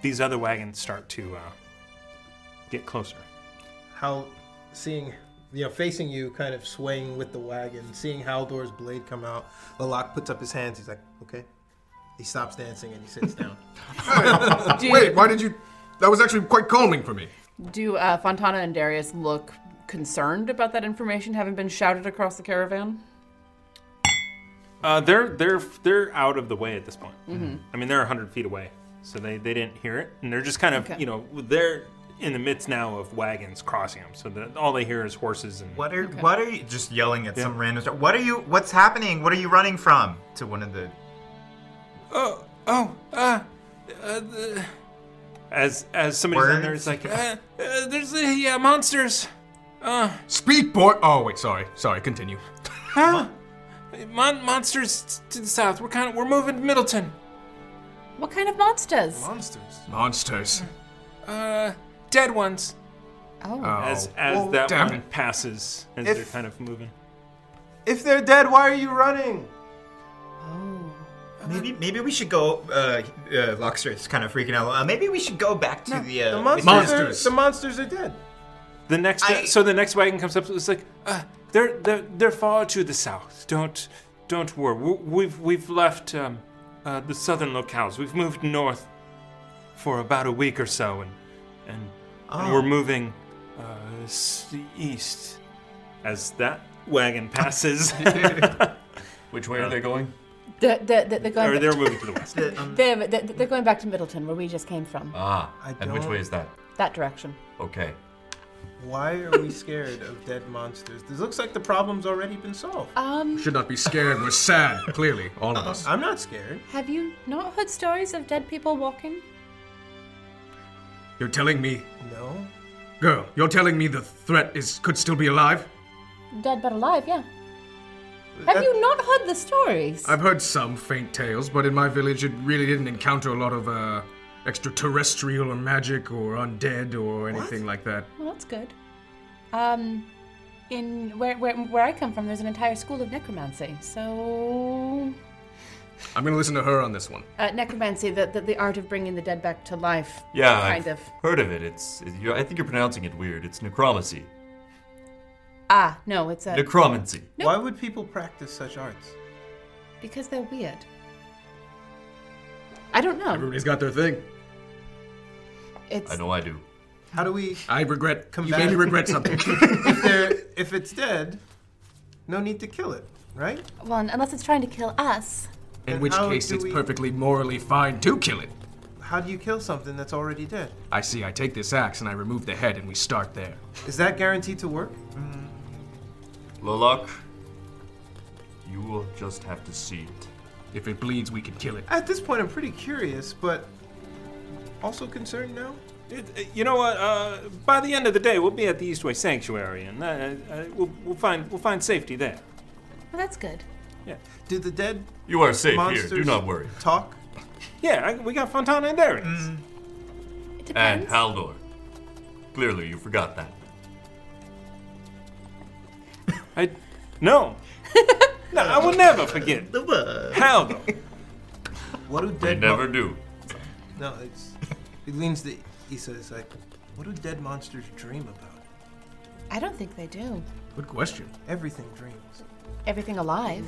S2: these other wagons start to uh, get closer.
S8: How seeing you know facing you, kind of swaying with the wagon, seeing Haldor's blade come out, Lalak puts up his hands. He's like, okay. He stops dancing and he sits down.
S1: Wait, why did you? That was actually quite calming for me.
S6: Do uh, Fontana and Darius look concerned about that information having been shouted across the caravan?
S2: Uh, they're they're they're out of the way at this point.
S6: Mhm.
S2: I mean, they're hundred feet away, so they they didn't hear it, and they're just kind of
S6: Okay.
S2: you know they're in the midst now of wagons crossing them, so that all they hear is horses and
S10: What are what are you just yelling at some random? Stuff. What are you? What's happening? What are you running from? To one of the
S2: Oh, oh, ah, uh, the- as as somebody's in there,
S1: Words?
S2: it's like, uh, uh, there's the yeah monsters, uh,
S1: Speak, boy. Oh wait, sorry, sorry. Continue.
S2: huh? Mon- monsters t- to the south. We're kind of we're moving to Middleton.
S6: What kind of monsters?
S2: Monsters.
S1: Monsters.
S2: Uh, dead ones.
S6: Oh.
S2: As, as
S8: Well,
S2: that
S8: damn
S2: one passes, as
S8: If-
S2: they're kind of moving.
S8: If they're dead, why are you running?
S2: Oh.
S10: Maybe maybe we should go. Uh, uh, Luxor's kind of freaking out. Uh, maybe we should go back to the, uh,
S8: The monsters, Are, the monsters are dead.
S2: The next, uh, so the next wagon
S10: <laughs>
S2: comes up. It's like uh, they're, they're they're far to the south. Don't don't worry. W- We've we've left um, uh, the southern locales. We've moved north for about a week or so, and and, and
S10: Oh.
S2: we're moving uh, s- east as that wagon passes. <laughs>
S5: Which way are they going?
S9: The, the, the, they're going
S2: Or
S9: back-
S2: they're moving to the west.
S9: They're, they're, they're going back to Middleton, where we just came from.
S5: Ah, and which way is that?
S9: That direction.
S5: Okay.
S8: Why are we scared of dead monsters? This looks like the problem's already been solved.
S9: Um,
S1: Should not be scared. We're sad, clearly, all of us.
S8: I'm not scared.
S9: have you not heard stories of dead people walking?
S1: You're telling me,
S8: No.
S1: girl, you're telling me the threat is could still be alive?
S9: Dead but alive, yeah. Have you not heard the stories?
S1: I've heard some faint tales, but in my village, it really didn't encounter a lot of uh, extraterrestrial or magic or undead or anything like that.
S9: Well, that's good. Um, in where, where where I come from, there's an entire school of necromancy. So,
S1: I'm gonna listen to her on this one.
S9: uh, necromancy, the, the the art of bringing the dead back to life.
S5: Yeah,
S9: kind
S5: I've
S9: of.
S5: heard of it. It's you I think you're pronouncing it weird. It's necromancy.
S9: Ah, no, it's a
S5: Necromancy.
S8: Why would people practice such arts?
S9: Because they're weird. I don't know.
S1: Everybody's got their thing.
S9: It's
S5: know I do.
S8: How do we?
S1: I regret.
S8: Come
S1: you
S8: back.
S1: made me regret something.
S8: <laughs> if, they're, if it's dead, no need to kill it, right?
S9: well, unless it's trying to kill us.
S1: <laughs> in
S8: Then
S1: which
S8: how
S1: case,
S8: do
S1: it's
S8: we-
S1: perfectly morally fine to kill it.
S8: How do you kill something that's already dead?
S1: I see. I take this axe and I remove the head, and we start there.
S8: Is that guaranteed to work?
S5: Lolok, you will just have to see it.
S1: If it bleeds, we can kill it.
S8: At this point, I'm pretty curious, but also concerned now.
S2: It- You know what? Uh, by the end of the day, we'll be at the Eastway Sanctuary, and uh, uh, we'll, we'll find we'll find safety there.
S9: Well, that's good.
S8: Do the dead
S5: You are safe
S2: Monsters.
S5: here. Do not worry.
S8: talk? Mm,
S2: Yeah, I, we got Fontana and Darren.
S5: And Haldor. Clearly, you forgot that.
S2: I no, no,
S8: uh,
S2: I will never
S8: <laughs>
S2: forget. How though?
S8: What do
S5: They
S8: dead?
S5: never do.
S8: No, it's. It leans to Issa. It's like, what do dead monsters dream about?
S9: I don't think they do.
S1: Good question.
S8: Everything dreams. Mm.
S9: Everything alive.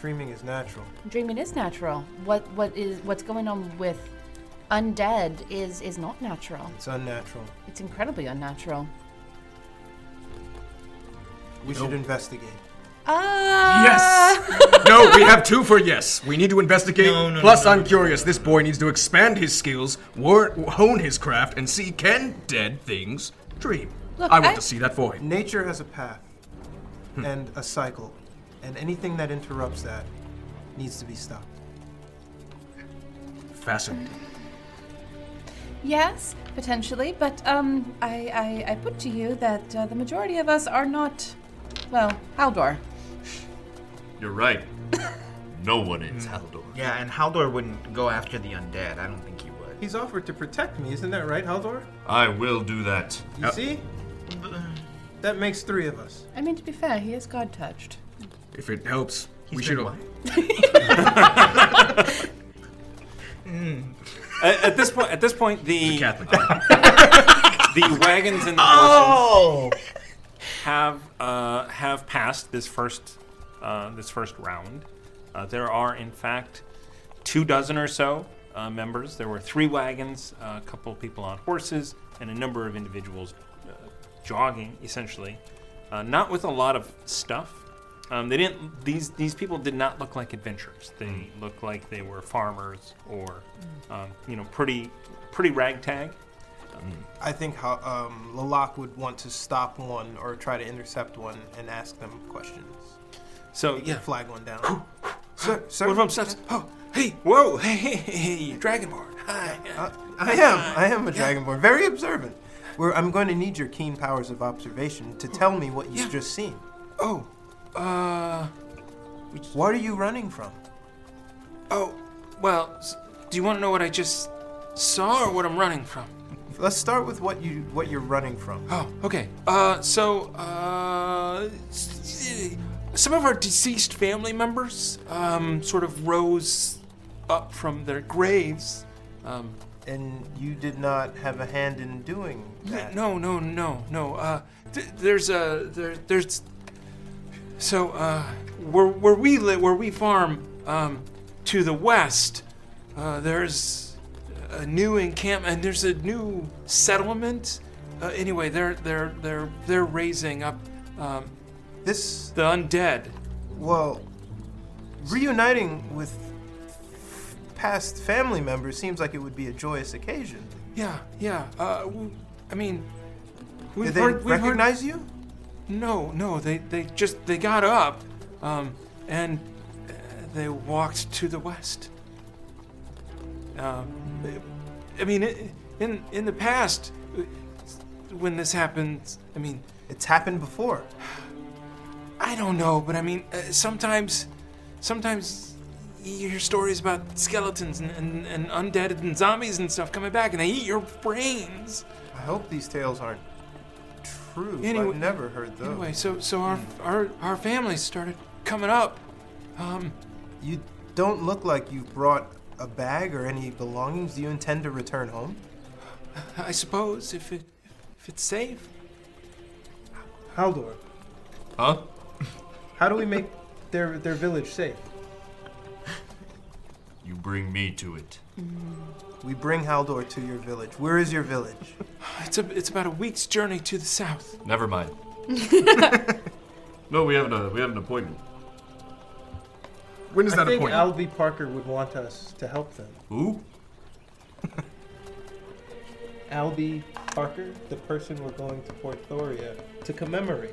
S8: Dreaming is natural.
S9: Dreaming is natural. What what is what's going on with undead is is not natural.
S8: It's unnatural.
S9: It's incredibly unnatural.
S8: We should investigate.
S9: Ah.
S1: Yes! no, we have two for yes. We need to investigate.
S10: no,
S1: Plus,
S10: no,
S1: I'm curious. This boy needs to expand his skills, wor- hone his craft, and see can dead things dream.
S9: Look,
S1: I want
S9: I-
S1: to see that for him.
S8: Nature has a path and a cycle, and anything that interrupts that needs to be stopped.
S1: Fascinating.
S9: Yes, potentially, but um, I, I, I put to you that uh, the majority of us are not, well, Haldor.
S5: You're right. No one is Haldor.
S7: Yeah, and Haldor wouldn't go after the undead. I don't think he would.
S8: He's offered to protect me, isn't that right, Haldor?
S5: I will do that. Uh,
S8: You see? That makes three of us.
S9: I mean, to be fair, he is God touched.
S1: If it helps, we
S8: been
S1: should.
S8: what? <laughs>
S2: <laughs>
S8: Hmm.
S2: at, at this point, at this point, the <laughs> the wagons and the horses have uh, have passed this first uh, this first round. Uh, there are, in fact, two dozen or so uh, members. There were three wagons, uh, a couple of people on horses, and a number of individuals uh, jogging, essentially, uh, not with a lot of stuff. Um, they didn't. These these people did not look like adventurers. They looked like they were farmers or, um, you know, pretty pretty ragtag.
S8: I think how, um, Lalak would want to stop one or try to intercept one and ask them questions.
S2: So
S8: He could
S2: yeah.
S8: flag one down. sir, sir.
S2: One of them says, "Oh, hey, whoa, <laughs> hey, hey, hey, hey Dragonborn, hi."
S8: Uh,
S2: <laughs>
S8: I am. I am a dragonborn. Very observant. Where I'm going to need your keen powers of observation to tell me what you've just seen.
S2: Oh, uh,
S8: what are you running from?
S2: Oh, well, s- do you want to know what I just saw or what I'm running from?
S8: Let's start with what you what you're running from.
S12: Oh, okay. Uh, so, uh, s- some of our deceased family members um, sort of rose up from their graves. Um,
S8: and you did not have a hand in doing that.
S12: No, no, no, no. Uh, th- there's a there, there's. So uh, where where we live, where we farm, um, to the west, uh, there's a new encampment. and There's a new settlement. Uh, anyway, they're they're they're they're raising up. Um,
S8: this
S12: the undead.
S8: Well, reuniting with past family members seems like it would be a joyous occasion.
S12: Yeah, yeah. Uh, w- I mean,
S8: Did they recognize you?
S12: No, no. They they just they got up, um, and uh, they walked to the west. Um, I mean, i in in the past, uh, when this happens, I mean,
S8: it's happened before.
S12: I don't know, but I mean, uh, sometimes, sometimes you hear stories about skeletons and, and, and undead and zombies and stuff coming back, and they eat your brains.
S8: I hope these tales aren't true.
S12: Anyway-
S8: I've never heard those.
S12: Anyway, so so our our our family started coming up. Um,
S8: you don't look like you brought a bag or any belongings. Do you intend to return home?
S12: I suppose if it if it's safe.
S8: Haldor,
S5: Huh?
S8: how do we make their their village safe?
S5: You bring me to it.
S8: We bring Haldor to your village. Where is your village?
S12: <sighs> It's a, it's about a week's journey to the south.
S5: Never <laughs> mind. no, we have a we have an appointment.
S13: When is
S8: I
S13: that
S8: think
S13: appointment?
S8: Albie Parker would want us to help them.
S5: Who?
S8: Albie Parker, the person we're going to Port Thoria to commemorate.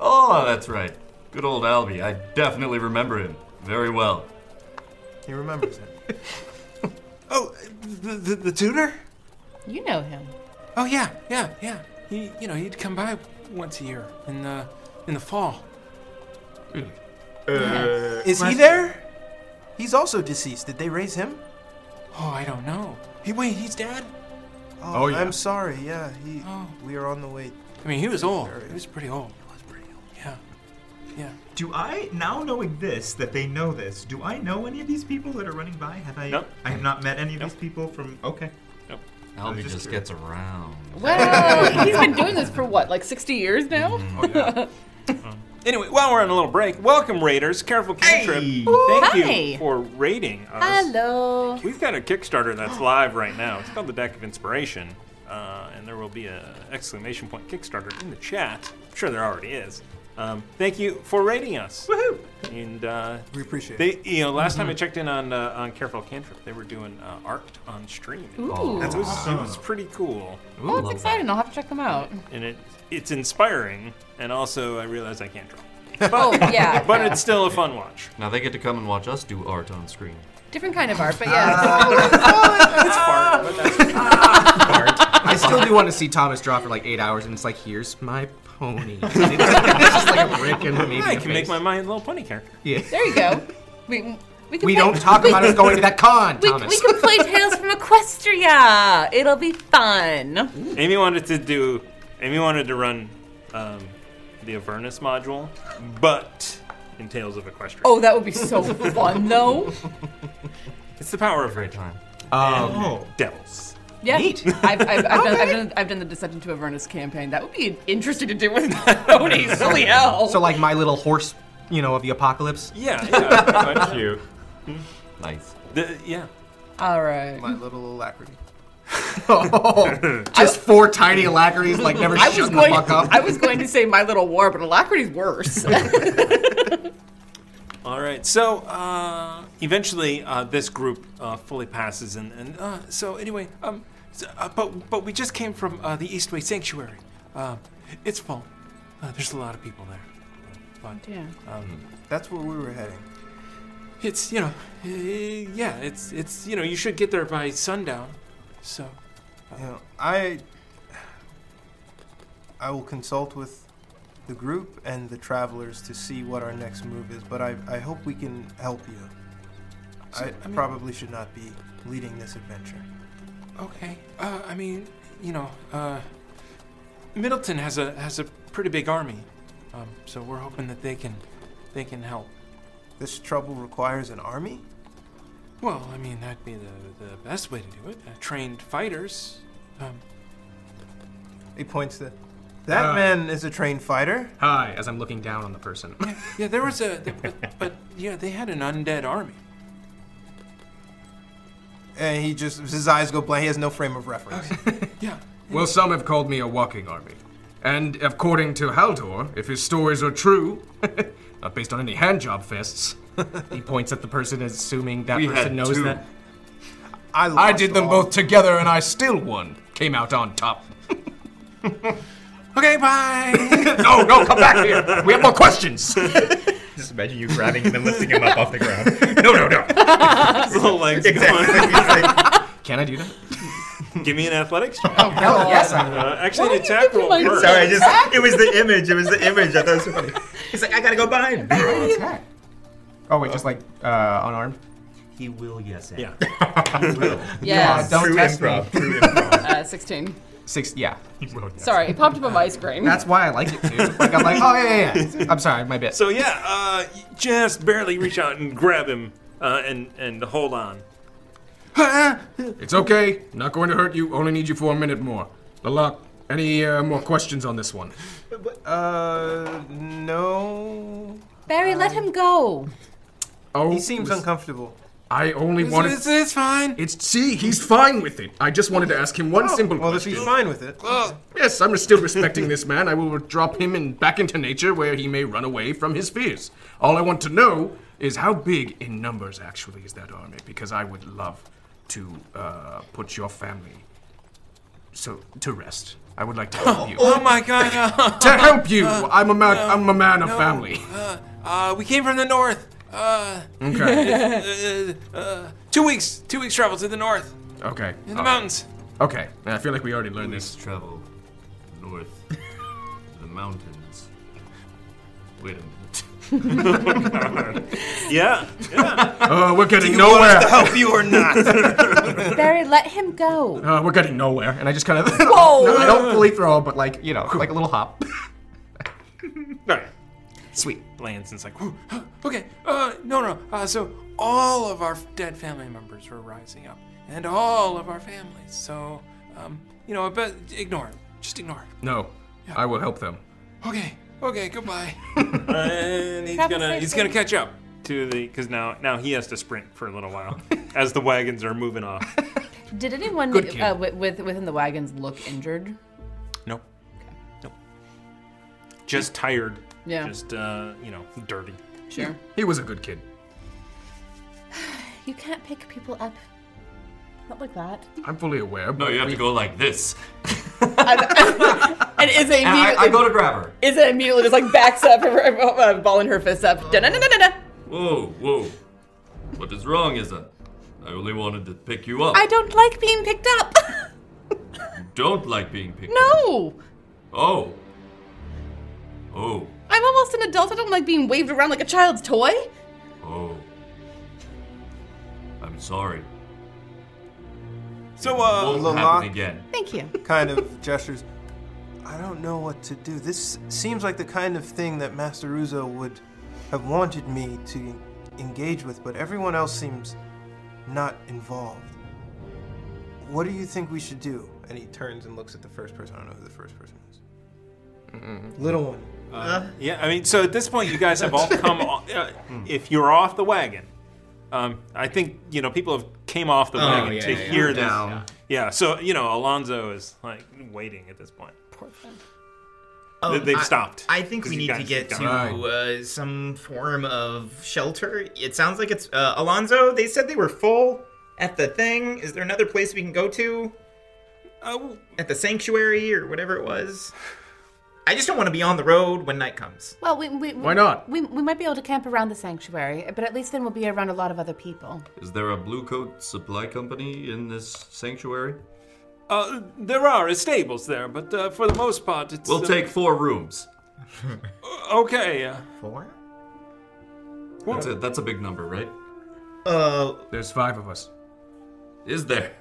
S5: Oh, that's right. Good old Albie. I definitely remember him very <laughs> well.
S8: He remembers it.
S12: Oh, the, the, the tutor?
S6: You know him.
S12: Oh yeah, yeah, yeah. He you know he'd come by once a year in the in the fall.
S5: Uh,
S8: is he there? He's also deceased. Did they raise him?
S12: Oh, I don't know. He wait, he's dead.
S8: Oh,
S12: Oh, yeah.
S8: I'm sorry. Yeah, he.
S12: Oh.
S8: We are on the way.
S12: I mean, he was old. He was pretty old. Yeah.
S10: Do I now knowing this that they know this? Do I know any of these people that are running by? Have I?
S5: Nope.
S10: I have not met any of these people from. Okay.
S12: Nope.
S5: Albie just, gets around.
S6: Well, he's
S5: <laughs>
S6: been doing this for what, like 60 years now?
S12: Anyway, while we're on a little break, welcome Raiders. Careful cantrip. Thank
S6: Hi.
S12: you for rating us.
S6: Hello.
S12: We've got a Kickstarter that's live right now. It's called the Deck of Inspiration, uh, and there will be a exclamation point Kickstarter in the chat. I'm sure there already is. Um, thank you for rating us. Woohoo! And uh,
S8: we appreciate
S12: they, You know, last
S6: Mm-hmm.
S12: time I
S8: Mhm.
S12: checked in on uh, on Careful Cantrip, they were doing uh, art on stream.
S6: Ooh. That's
S12: it was,
S6: awesome.
S12: It was pretty cool.
S6: Well, that's exciting. I'll have to check them out.
S12: And it it's inspiring, and also I realize I can't draw.
S6: <laughs> Oh, yeah.
S12: <laughs> But
S6: yeah.
S12: it's still a fun watch.
S5: Now they get to come and watch us do art on screen.
S6: Different kind of art, but yeah. <laughs>
S12: it's
S4: Ah.
S12: fart, but
S4: <laughs> I still do want to see Thomas draw for like eight hours, and it's like, here's my pony. it's just like a brick and maybe
S12: I
S4: a
S12: can make
S4: face.
S12: my My Little Pony character.
S4: Yeah.
S6: There you go. We, we, can
S4: We
S6: play-
S9: <laughs>
S4: don't talk about us going to that con,
S6: <laughs> We,
S4: Thomas.
S6: we can play Tales from Equestria. It'll be fun.
S12: Amy wanted to do. Amy wanted to run um, the Avernus module, but in Tales of Equestria.
S6: Oh, that would be so
S12: <laughs>
S6: fun, though.
S12: It's the power of great time.
S4: Oh.
S12: And devils.
S6: Yeah,
S12: Neat.
S6: I've, I've, I've, done, I've, done, I've done the Deception to Avernus campaign. That would be interesting to do with <laughs> ponies. Holy hell!
S4: So like my little horse, you know, of the apocalypse.
S12: Yeah, yeah, pretty
S4: <laughs>
S12: much.
S5: Cute.
S4: Nice.
S12: The- yeah.
S6: All right.
S8: My little <laughs> alacrity. Oh.
S6: <laughs>
S4: Just four tiny alacrities, like never
S6: I
S4: shut
S6: was
S4: the
S6: going.
S4: fuck up.
S6: I was going to say My Little War, but Alacrity's worse. <laughs>
S12: All right. So uh, eventually, uh, this group uh, fully passes, and, and uh, so anyway, um, so, uh, but but we just came from uh, the Eastway Sanctuary. Uh, it's full. Uh, there's a lot of people there. But,
S6: Yeah.
S12: Um,
S8: That's where we were heading.
S12: It's you know, uh, yeah. It's it's you know, you should get there by sundown. So
S8: You know, I I will consult with the group and the travelers to see what our next move is, but I, I hope we can help you.
S12: So,
S8: I,
S12: I mean-
S8: probably should not be leading this adventure.
S2: Okay. Uh, I mean, you know, uh, Middleton has a has a pretty big army, um, so we're hoping that they can they can help.
S8: This trouble requires an army.
S2: Well, I mean, that'd be the, the best way to do it. Uh, trained fighters. Um,
S8: He points to. That
S2: Uh.
S8: man is a trained fighter.
S1: Hi, as I'm looking down on the person.
S2: yeah, there was a. <laughs> th- but, but, yeah, they had an undead army.
S8: And he just his eyes go blank. He has no frame of
S2: <laughs>
S8: reference.
S1: Well, some have called me a walking army. And according to Haldor, if his stories are true, <laughs> not based on any hand job fests, he points at the person assuming that
S11: We had
S1: person knows
S11: two.
S1: that.
S8: I,
S1: did them both together and I still won. Came out on top.
S2: Okay, bye.
S1: <laughs> no, no, come back here. We have
S10: <laughs>
S1: more questions.
S10: Just imagine you grabbing him and lifting him up off the ground.
S1: No,
S10: <laughs>
S1: no, no.
S2: Little legs
S10: Exactly.
S1: Can I do that?
S2: <laughs> Give me an athletics.
S10: Oh, hell yes.
S2: Uh, actually, an attack roll. first.
S10: Sorry, I just it was the image. It was the image. I thought it was so funny. He's like, I gotta go buy him.
S11: <laughs> Oh wait, just like uh, unarmed.
S10: He will yes.
S2: Yeah.
S4: <laughs>
S6: Yes.
S11: don't
S6: True
S11: test
S6: improv,
S11: me. <laughs>
S6: Uh, 16.
S11: Six. Yeah.
S6: Sorry, it popped up on my screen.
S11: That's why I like it too. Like I'm like, oh yeah, yeah.
S10: <laughs>
S11: yeah. I'm sorry, my bit.
S2: So yeah, uh, you just barely reach out and grab him uh, and and hold on.
S1: <laughs> It's okay. Not going to hurt you. Only need you for a minute more. Lalak, any uh, more questions on this one?
S8: Uh, no. Uh,
S9: Barry, let him
S4: <laughs>
S9: go.
S1: Oh,
S8: He seems uncomfortable.
S1: I only
S8: It's-
S1: wanted.
S8: it's- it's fine.
S1: It's see, he's fine with it. I just wanted to ask him one
S8: Oh,
S1: simple
S8: well, if
S1: question.
S8: he's fine with it.
S1: Yes, I'm still
S8: <laughs>
S1: respecting this man. I will drop him in, back into nature where he may run away from his fears. All I want to know is how big in numbers actually is that army, because I would love to uh, put your family so to rest. I would like
S2: <laughs>
S1: to help you.
S2: Oh my god. uh,
S1: <laughs> to help
S2: <laughs>
S1: you,
S2: uh,
S1: I'm a man.
S2: no,
S1: I'm a man of
S2: no,
S1: family.
S2: Uh, uh, we came from the north. Uh,
S1: Okay.
S2: <laughs> uh, uh, two weeks. Two weeks travel to the north.
S1: Okay.
S2: In the
S1: all right.
S2: mountains.
S1: Okay. I feel like we already learned this.
S5: Travel north to the mountains. Wait a minute. <laughs>
S2: yeah.
S1: Uh, we're getting
S5: Do you
S1: nowhere.
S5: want us to help you or
S1: not?
S9: Barry, let him go.
S1: <laughs> Uh, we're getting nowhere, and I just kind of. <laughs>
S9: Whoa.
S11: No, I don't fully throw, but like you know, like a little hop.
S2: Sweet. Lands and it's like, "Whew, huh, okay, uh, no, no. Uh, so all of our dead family members were rising up, and all of our families. So, um, you know, I bet ignore it. Just ignore it.
S1: No, I will help them.
S2: Okay, okay, goodbye. <laughs> and he's
S14: Travel
S2: gonna he's
S14: safely.
S2: gonna catch up to the because now now he has to sprint for a
S11: <laughs>
S2: little while as the wagons are moving off.
S6: Did anyone
S2: Good
S6: uh,
S2: kid.
S6: with, with, within the wagons look injured?
S2: Nope. Nope. Just tired.
S6: Yeah.
S2: Just uh, you know, dirty.
S6: Sure.
S1: He was a good kid.
S9: You can't pick people up. Not like that.
S1: I'm fully aware.
S5: No, you have to go like this.
S6: And is it
S5: And I, I go to grab her.
S6: Is it immediately just like backs up, <laughs> uh, balling her fists up? Da-na-na-na-na-na.
S5: Whoa, whoa. What is wrong, Isa? I only wanted to pick you up.
S9: I don't like being picked up.
S5: Don't like being picked.
S6: No,
S5: Oh. Oh.
S6: I'm almost an adult. I don't like being waved around like a child's toy.
S5: Oh. I'm sorry.
S2: So, uh,
S5: Won't
S8: Lalak-
S5: happen again.
S9: Thank you.
S8: Kind of gestures. I don't know what to do. This seems like the kind of thing that Master Uzo would have wanted me to engage with, but everyone else seems not involved. What do you think we should do? And he turns and looks at the first person. I don't know who the first person is. Little one.
S2: Uh, yeah, I mean, so at this point, you guys
S10: <laughs>
S2: have all come. o- uh, if you're off the wagon, um, I think you know people have came off the
S10: Oh,
S2: wagon
S10: yeah,
S2: to
S10: yeah,
S2: hear
S10: yeah.
S2: this.
S10: Down.
S2: Yeah, so you know Alonzo is like waiting at this point. Poor thing.
S10: Um,
S2: They've
S10: I-
S2: stopped.
S10: I think
S2: 'cause
S10: we
S2: you
S10: need
S2: guys
S10: to
S2: have
S10: get to
S2: gone.
S10: <laughs> uh, some form of shelter. It sounds like it's uh, Alonzo. They said they were full at the thing. Is there another place we can go to?
S2: Oh,
S10: at the sanctuary or whatever it was. I just don't want to be on the road when night comes.
S9: Well, we, we,
S10: Why not?
S9: We, we might be able to camp around the sanctuary, but at least then we'll be around a lot of other people.
S5: Is there a blue coat supply company in this sanctuary?
S2: Uh, there are stables there, but uh, for the most part, it's.
S5: We'll
S2: uh,
S5: take four rooms.
S2: Okay. Uh,
S10: Four?
S5: That's a, that's a big number, right?
S10: Uh,
S1: There's five of us.
S5: Is there?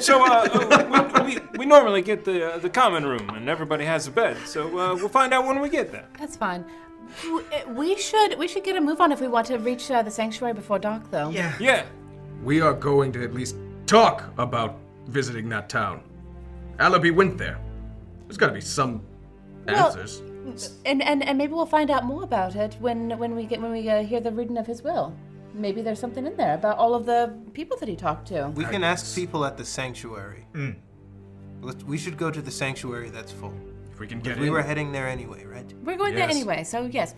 S2: so uh, uh, we, we, we normally get the uh, the common room, and everybody has a bed. So uh, we'll find out when we get there.
S14: That's fine. W- uh, We should we should get a move on if we want to reach uh, the sanctuary before dark, though.
S7: Yeah.
S2: Yeah.
S1: We are going to at least talk about visiting that town. Alabi went there. There's got to be some
S14: Well-
S1: answers.
S14: And, and and maybe we'll find out more about it when when we get when we uh, hear the reading of his will. Maybe there's something in there about all of the people that he talked to.
S8: We can ask people at the sanctuary. Let's, we should go to the sanctuary that's full. If
S1: we can
S6: get
S8: We
S6: in.
S8: were heading there anyway, right?
S6: We're going
S8: Yes.
S6: there anyway, so yes.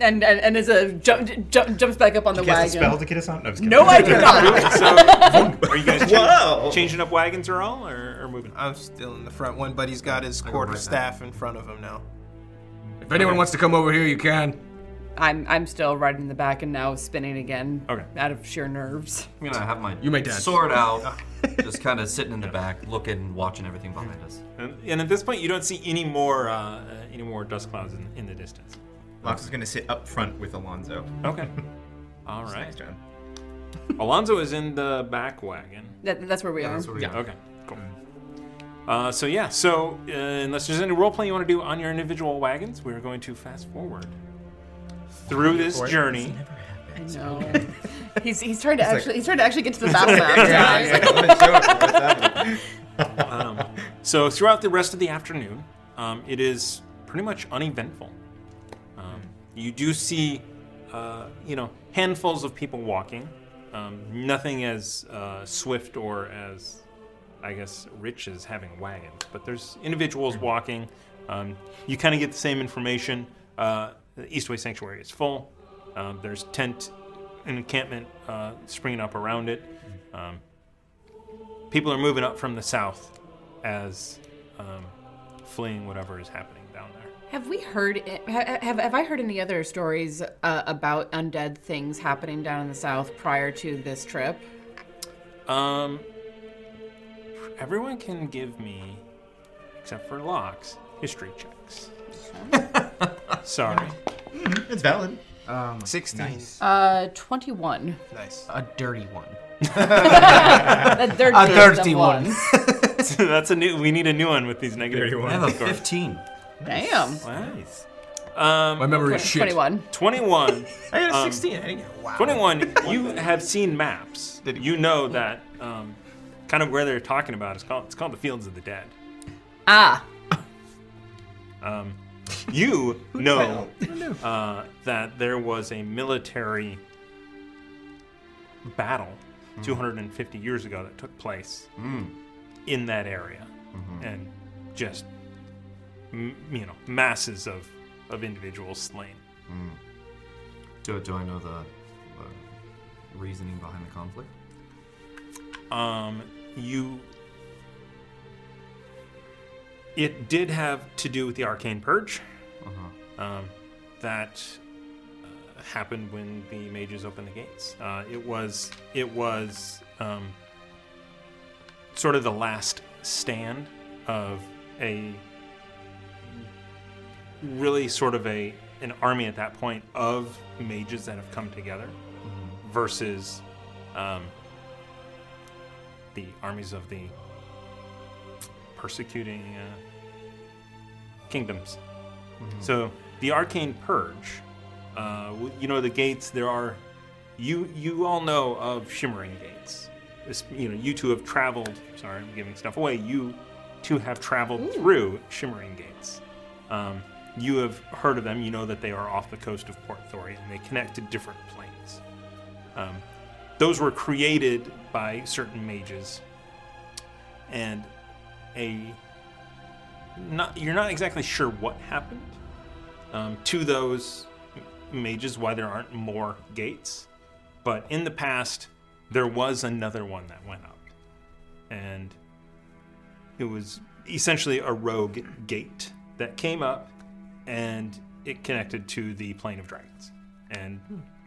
S6: And and, and as a jump, jump, jumps back up on the
S10: you cast a
S6: wagon.
S10: spell to get us out? No, I'm just kidding.
S6: No, I do
S8: <laughs>
S6: not.
S8: uh,
S2: so, are you guys changing, changing up wagons or all, or, or moving?
S8: I'm still in the front one, but he's got his quarter staff in front of him now.
S1: If anyone wants to come over here, you can.
S6: <laughs> I'm I'm still right in the back and now spinning again.
S5: Okay.
S6: Out of sheer nerves.
S5: I'm gonna have my
S2: You may dance.
S5: sword
S10: <laughs>
S5: out, just kind of sitting in the back, looking, watching everything behind us.
S2: And, and at this point, you don't see any more uh, uh, any more dust clouds in, in the distance.
S10: Lox is going to sit up front with Alonzo. <laughs>
S2: Okay. All right. Alonzo is in the back wagon.
S6: That, that's where we are.
S2: Okay. Cool. Uh, so yeah. So uh, unless there's any role playing you want to do on your individual wagons, we are going to fast forward through this
S6: Forward.
S2: journey.
S6: I know. he's he's trying to
S2: He's like-
S6: actually he's trying to actually get
S2: <laughs>
S6: to the battle map.
S2: Yeah,
S6: He's
S2: yeah,
S6: <laughs>
S2: yeah.
S6: like-
S2: <laughs> Um, so throughout the rest of the afternoon, um, it is pretty much uneventful. Um, you do see, uh, you know, handfuls of people walking. Um, nothing as uh, swift or as, I guess, rich as having wagons. But there's individuals walking. Um, you kind of get the same information. Uh, the Eastway Sanctuary is full. Um, there's tent encampment uh, springing up around it. Um, people are moving up from the south as um, fleeing whatever is happening down there.
S6: Have we heard? ha- Have have I heard any other stories uh, about undead things happening down in the south prior to this trip?
S2: Um, everyone can give me, except for locks, history
S6: <laughs>
S2: checks. Sorry.
S10: It's valid.
S2: Um,
S8: 16.
S6: Uh, twenty-one.
S8: Nice.
S4: A dirty
S11: <laughs>
S4: one.
S6: a dirty,
S2: A
S6: dirty one.
S2: So <laughs> That's a new. We need a new one with these negative.
S5: I have a 15.
S6: Damn.
S2: Nice. Um,
S6: My memory is Twen- shit. 21.
S2: 21.
S6: <laughs> I got a
S2: um,
S6: 16. I
S8: didn't get- wow.
S2: 21. You
S6: <laughs>
S2: have seen maps. You know that um, kind of where they're talking about. It's called. It's called the Fields of the Dead.
S6: Ah.
S2: Um, you know
S6: the hell? I don't
S2: uh, that there was a military battle 250 years ago that took place
S5: Mm.
S2: in that area,
S5: Mhm.
S2: and just m- you know masses of of individuals slain.
S5: Mm. Do, do I know the uh, reasoning behind the conflict?
S2: Um, you. It did have to do with the arcane purge. Um, that uh, happened when the mages opened the gates. Uh, it was it was um, sort of the last stand of a really sort of a an army at that point of mages that have come together versus um, the armies of the persecuting uh, kingdoms.
S10: Mm-hmm.
S2: So the arcane purge, uh, w- you know the gates. There are, you you all know of shimmering gates. This, you know you two have traveled. Sorry, I'm giving stuff away. You two have traveled through shimmering gates. Um, you have heard of them. You know that they are off the coast of Port Thory and they connect to different planes. Um, those were created by certain mages, and a not you're not exactly sure what happened um, to those m- mages why there aren't more gates but in the past there was another one that went up and it was essentially a rogue gate that came up and it connected to the plane of dragons and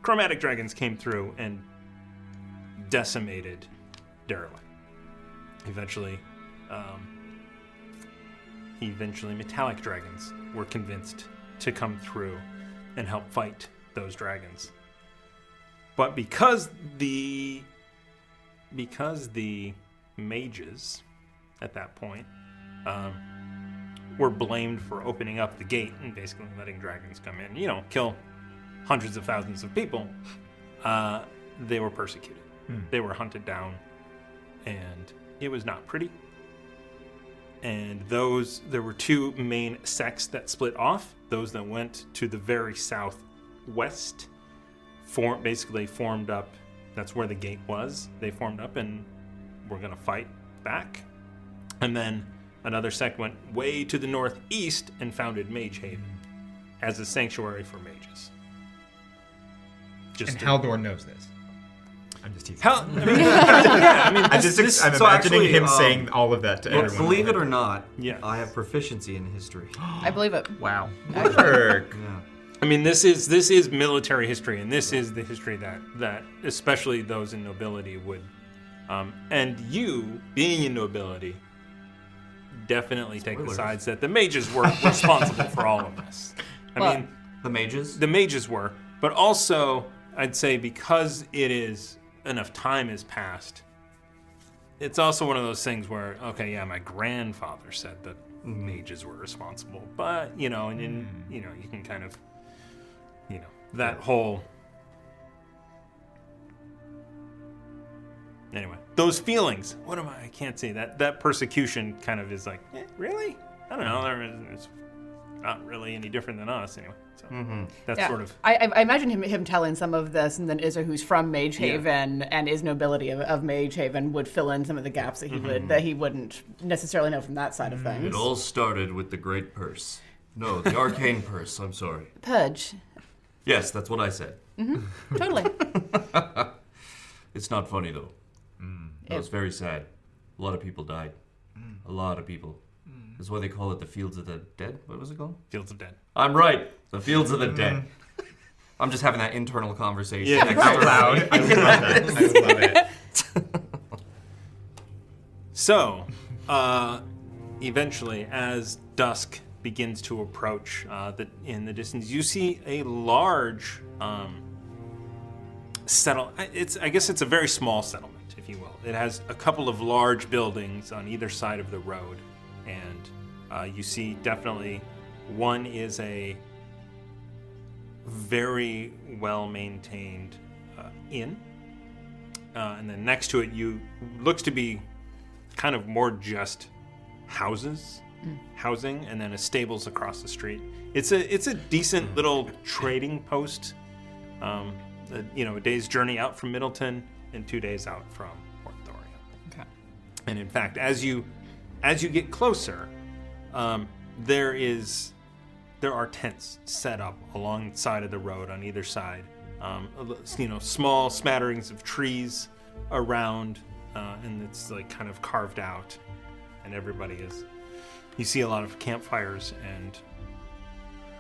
S2: chromatic dragons came through and decimated derelict eventually um, eventually metallic dragons were convinced to come through and help fight those dragons. But because the because the mages at that point um, were blamed for opening up the gate and basically letting dragons come in, you know, kill hundreds of thousands of people, uh, they were persecuted.
S15: Hmm.
S2: They were hunted down, and it was not pretty. And those, there were two main sects that split off. Those that went to the very southwest form, basically formed up. That's where the gate was. They formed up and were going to fight back. And then another sect went way to the northeast and founded Mage Haven as a sanctuary for mages.
S10: and Haldor knows this. I'm just
S7: <laughs>
S5: <laughs>
S10: teasing.
S2: Hal-
S10: <laughs>
S2: I mean, <laughs> yeah, I mean,
S10: I'm just ex- I'm imagining him
S15: um,
S10: saying all of that to
S15: yeah,
S10: everyone.
S15: Believe it or not, I have proficiency in history.
S6: <gasps> I believe it.
S2: Wow.
S10: Work.
S2: I mean, this is this is military history, and this is the history that that especially those in nobility would, um, and you being in nobility, definitely take the
S15: Spoilers.
S2: sides that the mages
S15: <laughs>
S2: were responsible for all of this. I
S15: Well-
S2: mean,
S15: the mages.
S2: The mages were, but also I'd say because it is enough time has passed. It's also one of those things where, okay, yeah, my grandfather said that mages were responsible, but you know, and then you know, you can kind of, you know, that whole. Anyway, those feelings. What am I? I can't say that. That persecution kind of is like, eh, really? I don't know. there is- It's not really any different than us, anyway. So that's
S6: Yeah.
S2: sort of
S6: I, I- I imagine him, him telling some of this, and then Izzer, who's from Mage
S2: Yeah.
S6: Haven and is nobility of, of Mage Haven, would fill in some of the gaps that he
S2: Mm-hmm.
S5: Mhm.
S6: would that he wouldn't necessarily know from that side of things.
S5: It all started with the Great Purse. No, the
S2: <laughs>
S5: Arcane Purse, I'm sorry.
S6: Purge.
S5: Yes, that's what I said.
S6: hmm Totally.
S5: <laughs> It's not funny though. No,
S6: It-
S5: it's very sad. A lot of people died.
S2: Mm.
S5: A lot of people. That's why they call it the Fields of the Dead. What was it called?
S2: Fields of Dead. Mm.
S5: I'm right. The Fields of the Dead. I'm just having that internal conversation.
S15: Yeah, out
S5: externally.
S15: loud. I would love that. <laughs> I would love it.
S2: So, uh, eventually, as dusk begins to approach uh, the, in the distance, you see a large um, settle. I- It's, I guess it's a very small settlement, if you will. It has a couple of large buildings on either side of the road, and uh, you see definitely one is a very well maintained uh, inn. Uh, and then next to it, you looks to be kind of more just houses,
S15: Mm.
S2: housing, and then a stables across the street. It's a it's a decent little trading post. Um, a, you know, a day's journey out from Middleton and two days out from Port Thoria.
S6: Okay.
S2: And in fact, as you as you get closer, um, there is there are tents set up along the side of the road on either side. Um, a li- you know, small smatterings of trees around, uh, and it's like kind of carved out, and everybody is. You see a lot of campfires and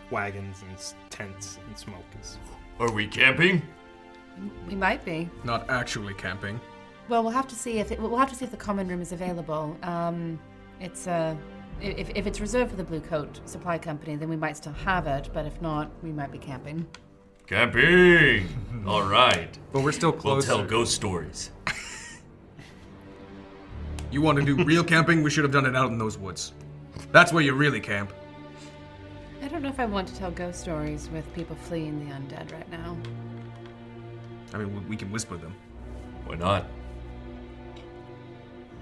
S2: wagons and s- tents and smoke. Is
S5: Are we camping?
S14: We might be.
S1: Not actually camping.
S14: Well, we'll have to see if it, we'll have to see if the common room is available. Um, it's uh, if, if it's reserved for the Blue Coat Supply Company, then we might still have it. But if not, we might be camping.
S2: <laughs>
S5: Camping. All right.
S11: But we're still closer.
S5: We'll tell ghost stories.
S1: You want to
S14: <laughs>
S1: do real camping? We should have done it out in those woods. That's where you really camp.
S14: I don't know if I want to tell ghost stories with people fleeing the undead right now.
S1: I mean, we- we can whisper them.
S5: Why not?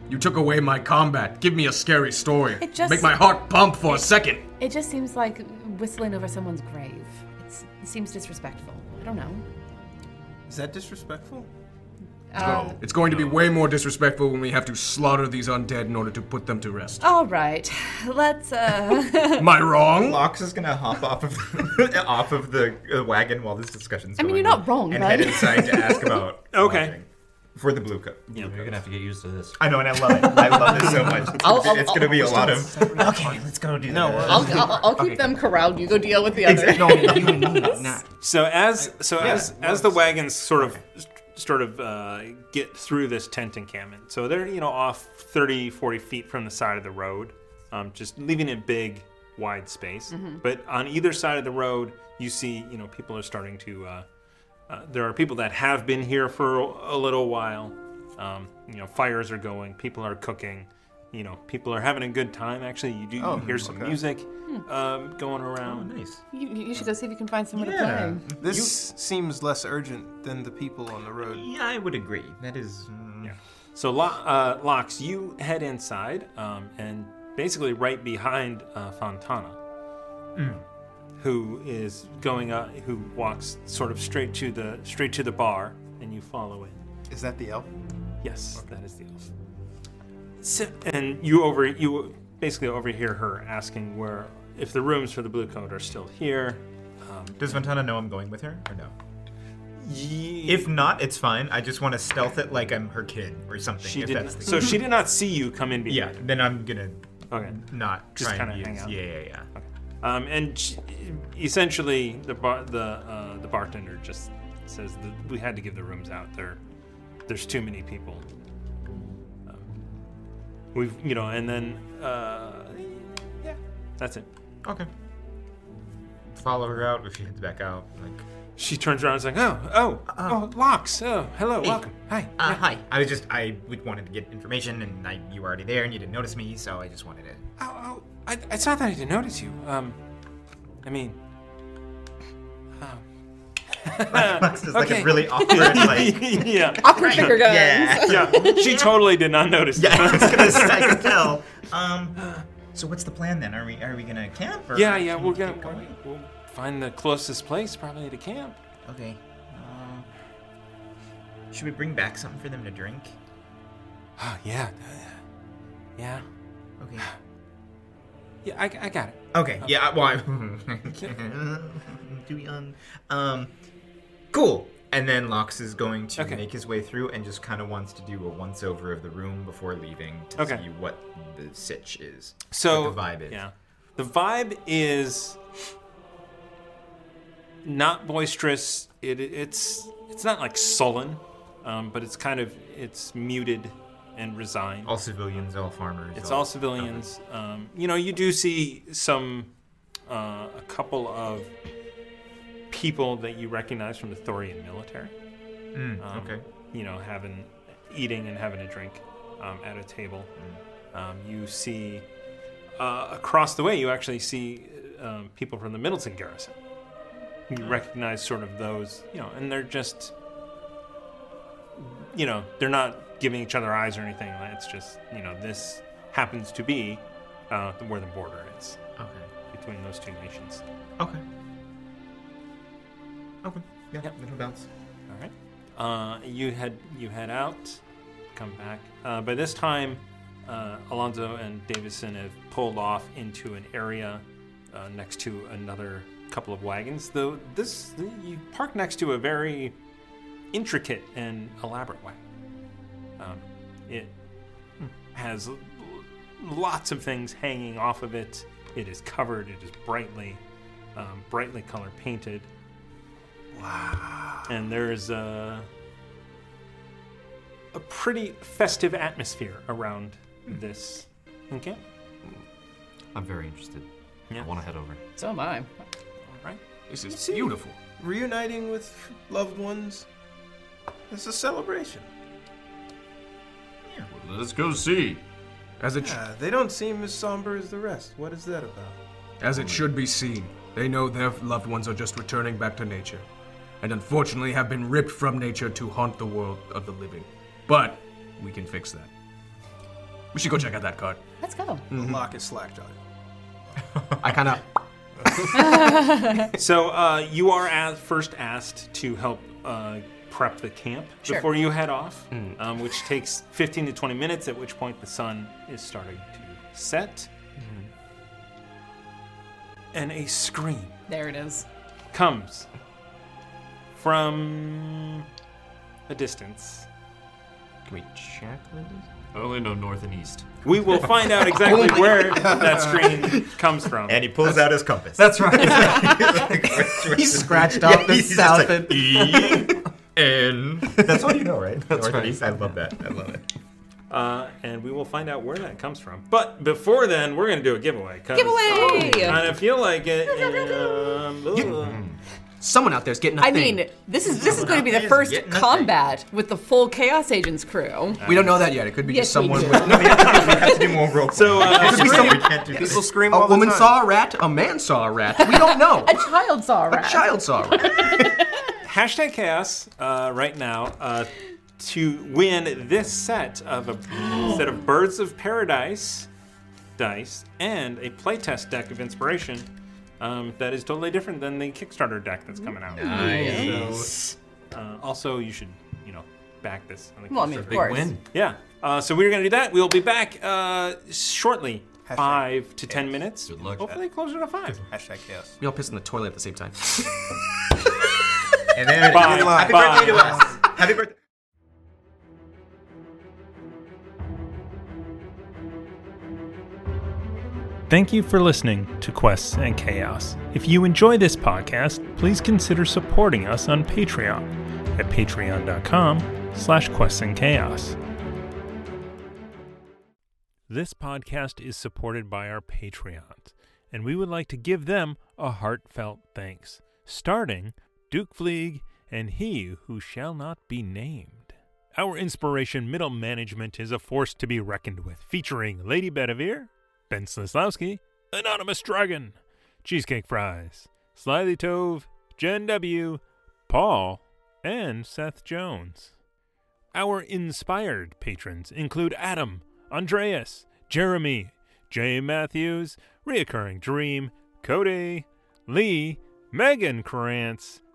S1: You took away my combat. Give me a scary story.
S14: It just-
S1: Make my heart pump for a second.
S14: It just seems like whistling over someone's grave. It's, it seems disrespectful. I don't know.
S8: Is that disrespectful?
S14: Uh,
S1: It's going to be way more disrespectful when we have to slaughter these undead in order to put them to rest.
S14: All right, let's. Uh, <laughs>
S1: Am I wrong?
S10: Lox is gonna hop off of <laughs> off of the uh, wagon while this discussion's
S14: I
S10: going
S14: mean, you're
S10: on
S14: not wrong,
S10: and
S14: right?
S10: head inside
S14: <laughs>
S10: to ask about
S2: Okay.
S10: lodging for the blue coat.
S15: Yeah, you're gonna have to get used to this.
S10: I know, and I love it. I love this so much.
S6: I'll-
S10: it's
S6: I'll-
S10: it's gonna be a
S6: I'll-
S5: <laughs>
S10: lot of. Okay, let's go do no,
S6: I'll, I'll, I'll keep them corralled. You go deal with the other.
S8: <laughs>
S2: So as so
S6: Yeah,
S2: as as the wagons sort of sort of uh, get through this tent encampment, so they're you know off 30, 40 feet from the side of the road, um, just leaving a big wide space.
S8: Mm-hmm.
S15: Mhm.
S2: But on either side of the road, you see you know people are starting to. Uh, uh, there are people that have been here for a little while, Um, you know, fires are going, people are cooking, you know, people are having a good time. Actually, you do
S8: Oh,
S2: hear some
S8: okay.
S2: music
S6: Hmm.
S2: um, going around.
S15: nice.
S6: You, you should go see if you can find someone to play.
S8: This seems less urgent than the people on the road. Mm.
S15: Yeah, I would agree. That is.
S2: Yeah. So, Lo- uh, Lox, you head inside, um, and basically right behind uh, Fontana,
S10: Mm.
S2: who is going, uh, who walks sort of straight to the straight to the bar, and you follow in.
S8: Is that the elf?
S2: Yes, that is the elf. So, and you over you basically overhear her asking where if the rooms for the blue coat are still here. Um,
S10: Does Ventana know I'm going with her or no?
S2: Ye-
S10: If not, it's fine. I just want to stealth it like I'm her kid or something.
S2: She
S10: if
S2: did
S10: that's
S2: not-
S10: the
S2: so she did not see you come in
S10: Yeah,
S2: behind
S10: then I'm gonna
S2: okay.
S10: not
S2: Just
S10: try and
S2: kinda hang
S10: use-
S2: out.
S10: Yeah, yeah, yeah.
S2: Um, and she, essentially, the bar, the uh, the bartender just says that we had to give the rooms out. There, there's too many people. Um, we've, you know, and then uh, yeah, that's it.
S10: Okay. Follow her out if she heads back out. Like
S2: She turns around and is like, "Oh, oh, oh, Locks. Oh, hello,
S10: Uh-uh. Hey.
S2: welcome. Hi.
S10: Uh, hi. I was just I would- wanted to get information, and I, you were already there, and you didn't notice me, so I just wanted to. <laughs>
S2: Oh, oh, I, it's not that I didn't notice you. Um, I mean, um,
S10: Lex is like a
S2: <laughs>
S10: really awkward, like-
S2: yeah,
S10: Awkward finger guns. Yeah.
S2: yeah. She totally did not notice. Yeah,
S10: I <laughs> was
S2: <laughs>
S10: gonna say, I could tell. Um, so what's the plan then? Are we are we gonna camp? Or
S2: yeah, yeah.
S10: should we
S2: We're
S10: keep
S2: gonna we'll we'll find the closest place probably to camp.
S10: Okay. Um, should we bring back something for them to drink?
S2: Oh, yeah, yeah.
S10: Okay.
S2: Yeah, I, I got it. Uh,
S10: Okay. Yeah. I- <laughs> Well,
S2: <laughs>
S10: I, too young. Um, cool. And then Lox is going to make his way through and just kind of wants to do a once over of the room before leaving to
S2: Okay.
S10: see what the sitch is.
S2: So
S10: what the vibe is.
S2: Yeah. The vibe is not boisterous. It, it's it's not like sullen, um, but it's kind of it's muted and resigned.
S10: All civilians, all farmers.
S2: It's all civilians. Um, you know, you do see some, uh, a couple of people that you recognize from the Thorian military. Um,
S10: Mm, okay.
S2: You know, having, eating and having a drink um, at a table. Um, you see, uh, across the way, you actually see um, people from the Middleton garrison. You recognize sort of those, you know, and they're just, you know, they're not giving each other eyes or anything. It's just, you know, this happens to be uh, where the border is.
S10: Okay.
S2: Between those two nations.
S10: Okay. Okay. Yeah. Little bounce.
S2: All right. Uh, you head you head out, come back. Uh, by this time, uh, Alonzo and Davison have pulled off into an area uh, next to another couple of wagons. Though this you park next to a very intricate and elaborate wagon. Um, it has l- lots of things hanging off of it. It is covered. It is brightly, um, brightly color painted. Wow. And there's a, a pretty festive atmosphere around this encampment.
S15: I'm very interested. I want to head over.
S6: So am I. All
S2: right.
S1: This
S8: You see, Reuniting with loved ones. It's a celebration.
S5: Well, let's go see.
S1: As it, sh-
S8: Yeah, they don't seem as somber as the rest. What is that about?
S1: as it should be seen, they know their loved ones are just returning back to nature, and unfortunately have been ripped from nature to haunt the world of the living. But we can fix that. We should go check out that card. Mm-hmm.
S6: Let's go.
S8: Lock is slackjawed.
S1: I kind of
S2: <laughs> so uh, you are as, first asked to help uh, prep the camp
S6: Sure.
S2: before you head off, um, which takes 15 to 20 minutes, at which point the sun is starting to set. And a scream
S6: There it is.
S2: comes from a distance.
S15: Can we check the distance?
S5: I only know north and east.
S2: We will find out exactly
S5: Oh my
S2: where
S5: God.
S2: that screen comes from.
S10: And he pulls out his compass. <laughs>
S2: That's <laughs>
S10: right. <laughs>
S2: He's scratched
S10: Yeah,
S2: off the
S10: he's just like,
S2: south
S10: E
S2: <laughs>
S10: N. That's all you know, right?
S2: That's
S10: North and
S2: right.
S10: East. I love that. I love it.
S2: Uh, and we will find out where that comes from. But before then, we're going to do a giveaway. 'cause
S6: Giveaway!
S2: I kind of feel like it. and, um, ugh.
S4: Someone out there's getting a
S6: I
S4: thing.
S6: mean, this is this is
S4: Someone
S6: going to
S4: out
S6: be
S4: there
S6: the
S4: is
S6: first
S4: getting a thing.
S6: combat with the full Chaos Agents crew.
S4: we don't know that yet. It could be
S6: Yes,
S4: just
S6: we
S4: someone
S6: do.
S4: with. <laughs>
S2: So
S6: uh,
S4: could be
S6: scream.
S4: someone.
S6: Can't do this. People scream
S4: A
S6: all the
S4: woman
S6: time.
S4: saw a rat. A man saw a rat. We don't know.
S6: <laughs> A child saw a
S4: A
S6: rat.
S4: child saw a rat.
S2: Hashtag chaos uh, right now uh, to win this set of a <gasps> set of Birds of Paradise dice and a playtest deck of inspiration um, that is totally different than the Kickstarter deck that's coming out.
S5: Nice.
S2: So, uh, also, you should you know back this. On the
S6: Well, I mean, of
S2: Kickstarter.
S6: Big course. win.
S2: Yeah. Uh, so we're gonna do that. We'll be back uh, shortly. Five to ten minutes. Good luck. Hopefully closer to five.
S4: Hashtag chaos. We all piss in the toilet at the same time.
S10: And then
S4: Bye.
S10: happy
S4: Bye.
S10: birthday to us. Happy birthday.
S2: Thank you for listening to Quests and Chaos. If you enjoy this podcast, please consider supporting us on Patreon at patreon.com slash quests and chaos. This podcast is supported by our Patreons, and we would like to give them a heartfelt thanks, starting Duke Fleeg and He Who Shall Not Be Named. Our inspiration, Middle Management, is a force to be reckoned with, featuring Lady Bedivere, Ben Slislawski, Anonymous Dragon, Cheesecake Fries, Slyly Tove, Jen W., Paul, and Seth Jones. Our inspired patrons include Adam, Andreas, Jeremy, Jay Matthews, Reoccurring Dream, Cody, Lee, Megan Krantz,